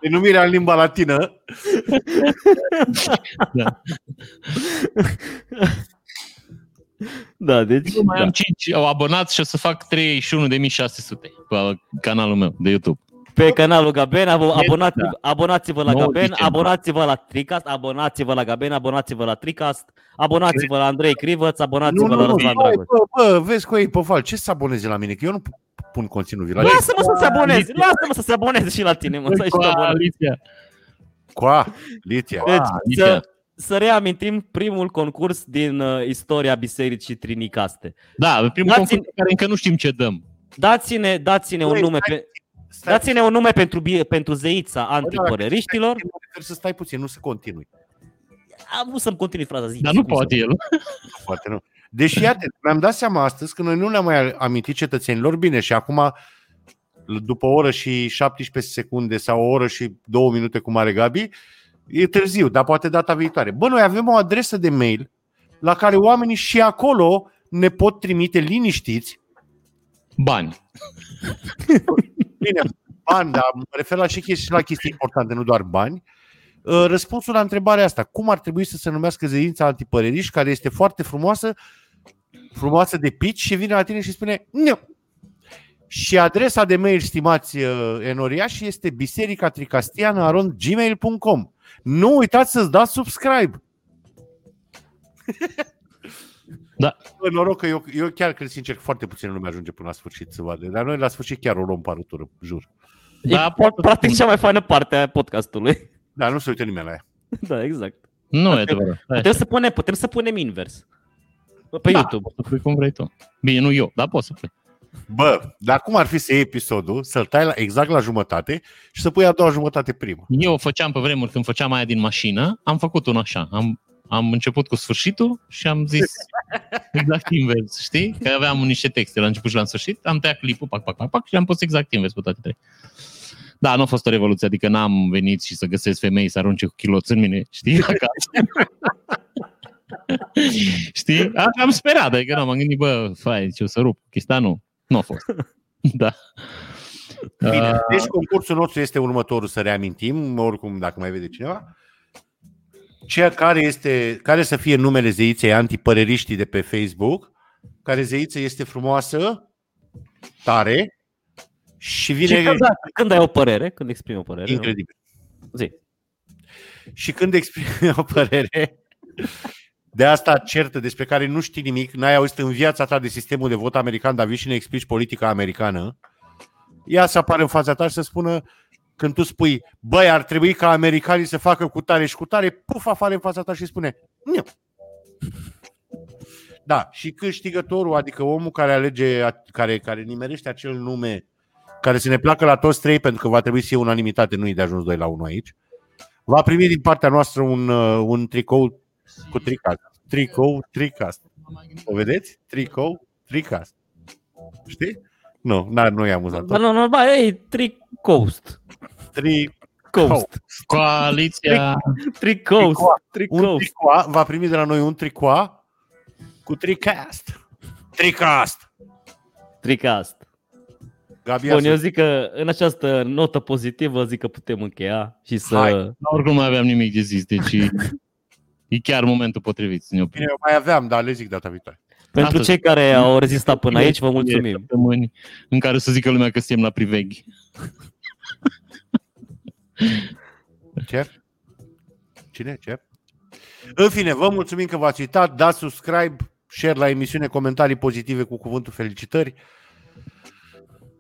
Denumirea în limba latină. da, deci... Eu mai da. am 5 abonați și o să fac 31.600 pe canalul meu de YouTube. pe canalul Gaben, abo- Exact. abonați-vă, abonați-vă la Nou Gaben, weekend. abonați-vă la Tricast, abonați-vă la Gaben, abonați-vă la Tricast, abonați-vă la Andrei Crivăț, Nu, abonați-vă nu, la nu, Răzvan bă, Dragoș. bă, bă, vezi cu ei pe val, ce să aboneze la mine? Că eu nu pun conținut vi la ei. Lasă-mă să se aboneze, lasă-mă să se aboneze și la tine, mă, Deci, să și te abonezi. Coaliția. Coa, Litia. Deci, nici ea. să, să reamintim primul concurs din uh, istoria Bisericii Trinicaste. Da, pe primul Dați-mi- concurs pe care încă nu știm ce dăm. Dați-ne, dați-ne un Băi, nume stai- pe, dați-ne un nume pentru, bie- pentru zeița Stai antipăreriștilor. puțin, mă refer Să stai puțin, nu să continui. Am vrut să-mi continui fraza zi. Dar nu poate el. Poate nu. Deși, iată, mi-am dat seama astăzi că noi nu le-am mai amintit cetățenilor bine și acum, după o oră și 17 secunde sau o oră și două minute cum are Gabi, e târziu, dar poate data viitoare. Bă, noi avem o adresă de mail la care oamenii și acolo ne pot trimite liniștiți. Bani. Bine, bani, dar mă refer la și chestii, la chestii importante, nu doar bani. Uh, Răspunsul la întrebarea asta, cum ar trebui să se numească zeița antipăreriști, care este foarte frumoasă, frumoasă de pici și vine la tine și spune nu. Și adresa de mail, stimați uh, enoriași, este biserica tricastiană arond gmail.com. Nu uitați să-ți dați subscribe! Da. Bă, noroc că eu, eu chiar cred sincer că foarte puțin lume ajunge până la sfârșit să vadă. Dar noi la sfârșit chiar o luăm parutură, jur. Da, Da, practic cea mai faină parte a podcastului. Dar nu se uită nimeni la ea. da, exact. Nu e adevărat. Stai Putem să punem, putem să punem invers. Pe Da. YouTube. Să pui cum vrei tu. Bine, nu eu, dar poți să pui. Bă, dar cum ar fi să iei episodul, să-l tai la, exact la jumătate și să pui a doua jumătate prima? Eu o făceam pe vremuri când făceam aia din mașină, am făcut un așa. Am, am început cu sfârșitul și am zis exact invers, știi? Că aveam niște texte la început și la sfârșit, am tăiat clipul, pac, pac, pac, pac și am pus exact invers pe toate trei. Da, nu a fost o revoluție, adică n-am venit și să găsesc femei să arunce cu chiloți în mine, știi, acasă. știi? A- Am sperat, adică nu, m-am gândit, bă, fai, ce o să rup, chestia nu, nu a fost. da. Bine, Uh, deci concursul nostru este următorul, să reamintim, oricum dacă mai vede cineva. Ceea care, este, care să fie numele zeiței antipăreriștii de pe Facebook, care zeiță este frumoasă, tare și vine... Și când, da, când ai o părere, când exprimi o părere. nu? exact. Incredibil. Zi. Și când exprimi o părere de asta certă, despre care nu știi nimic, n-ai auzit în viața ta de sistemul de vot american, dar vii și ne explici politica americană, ea să apară în fața ta și să spună când tu spui, băi, ar trebui ca americanii să facă cu tare și cu tare, puf, afară în fața ta și spune, nu. Da, și câștigătorul, adică omul care alege, care, care nimerește acel nume care să ne placă la toți trei, pentru că va trebui să fie unanimitate, nu e de ajuns 2 la 1 aici, va primi din partea noastră un, uh, un tricou cu tricast. Tricou, tricast. O vedeți? Tricou, tricast. Știi? Nu, n- nu e amuzant. Dar nu, normal, ei, tricoast. Tri, Coast. coaliția... Tricoast. un Tricoast. tricoa, va primi de la noi un tricoa cu tricast. Tricast! Tricast. Gabi, Bun, eu ia să- zic că în această notă pozitivă zic că putem încheia și să... Hai. Dar oricum nu aveam nimic de zis, deci e- e chiar momentul potrivit să ne oprim. Bine, eu mai aveam, dar le zic data viitoare. Pentru Astăzi. cei care au rezistat până aici, vă mulțumim. Săptămâni în care o să zică lumea că suntem la priveghi. Cer? Cine? Cer? În fine, vă mulțumim că v-ați uitat, dați subscribe, share la emisiune, comentarii pozitive cu cuvântul felicitări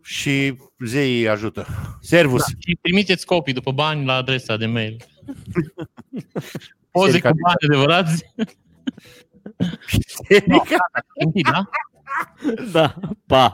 și zeii ajută. Da. Servus! Și trimiteți copii după bani la adresa de mail. Poze cu Sericativ. bani adevărați? Da. Da. Da, pa!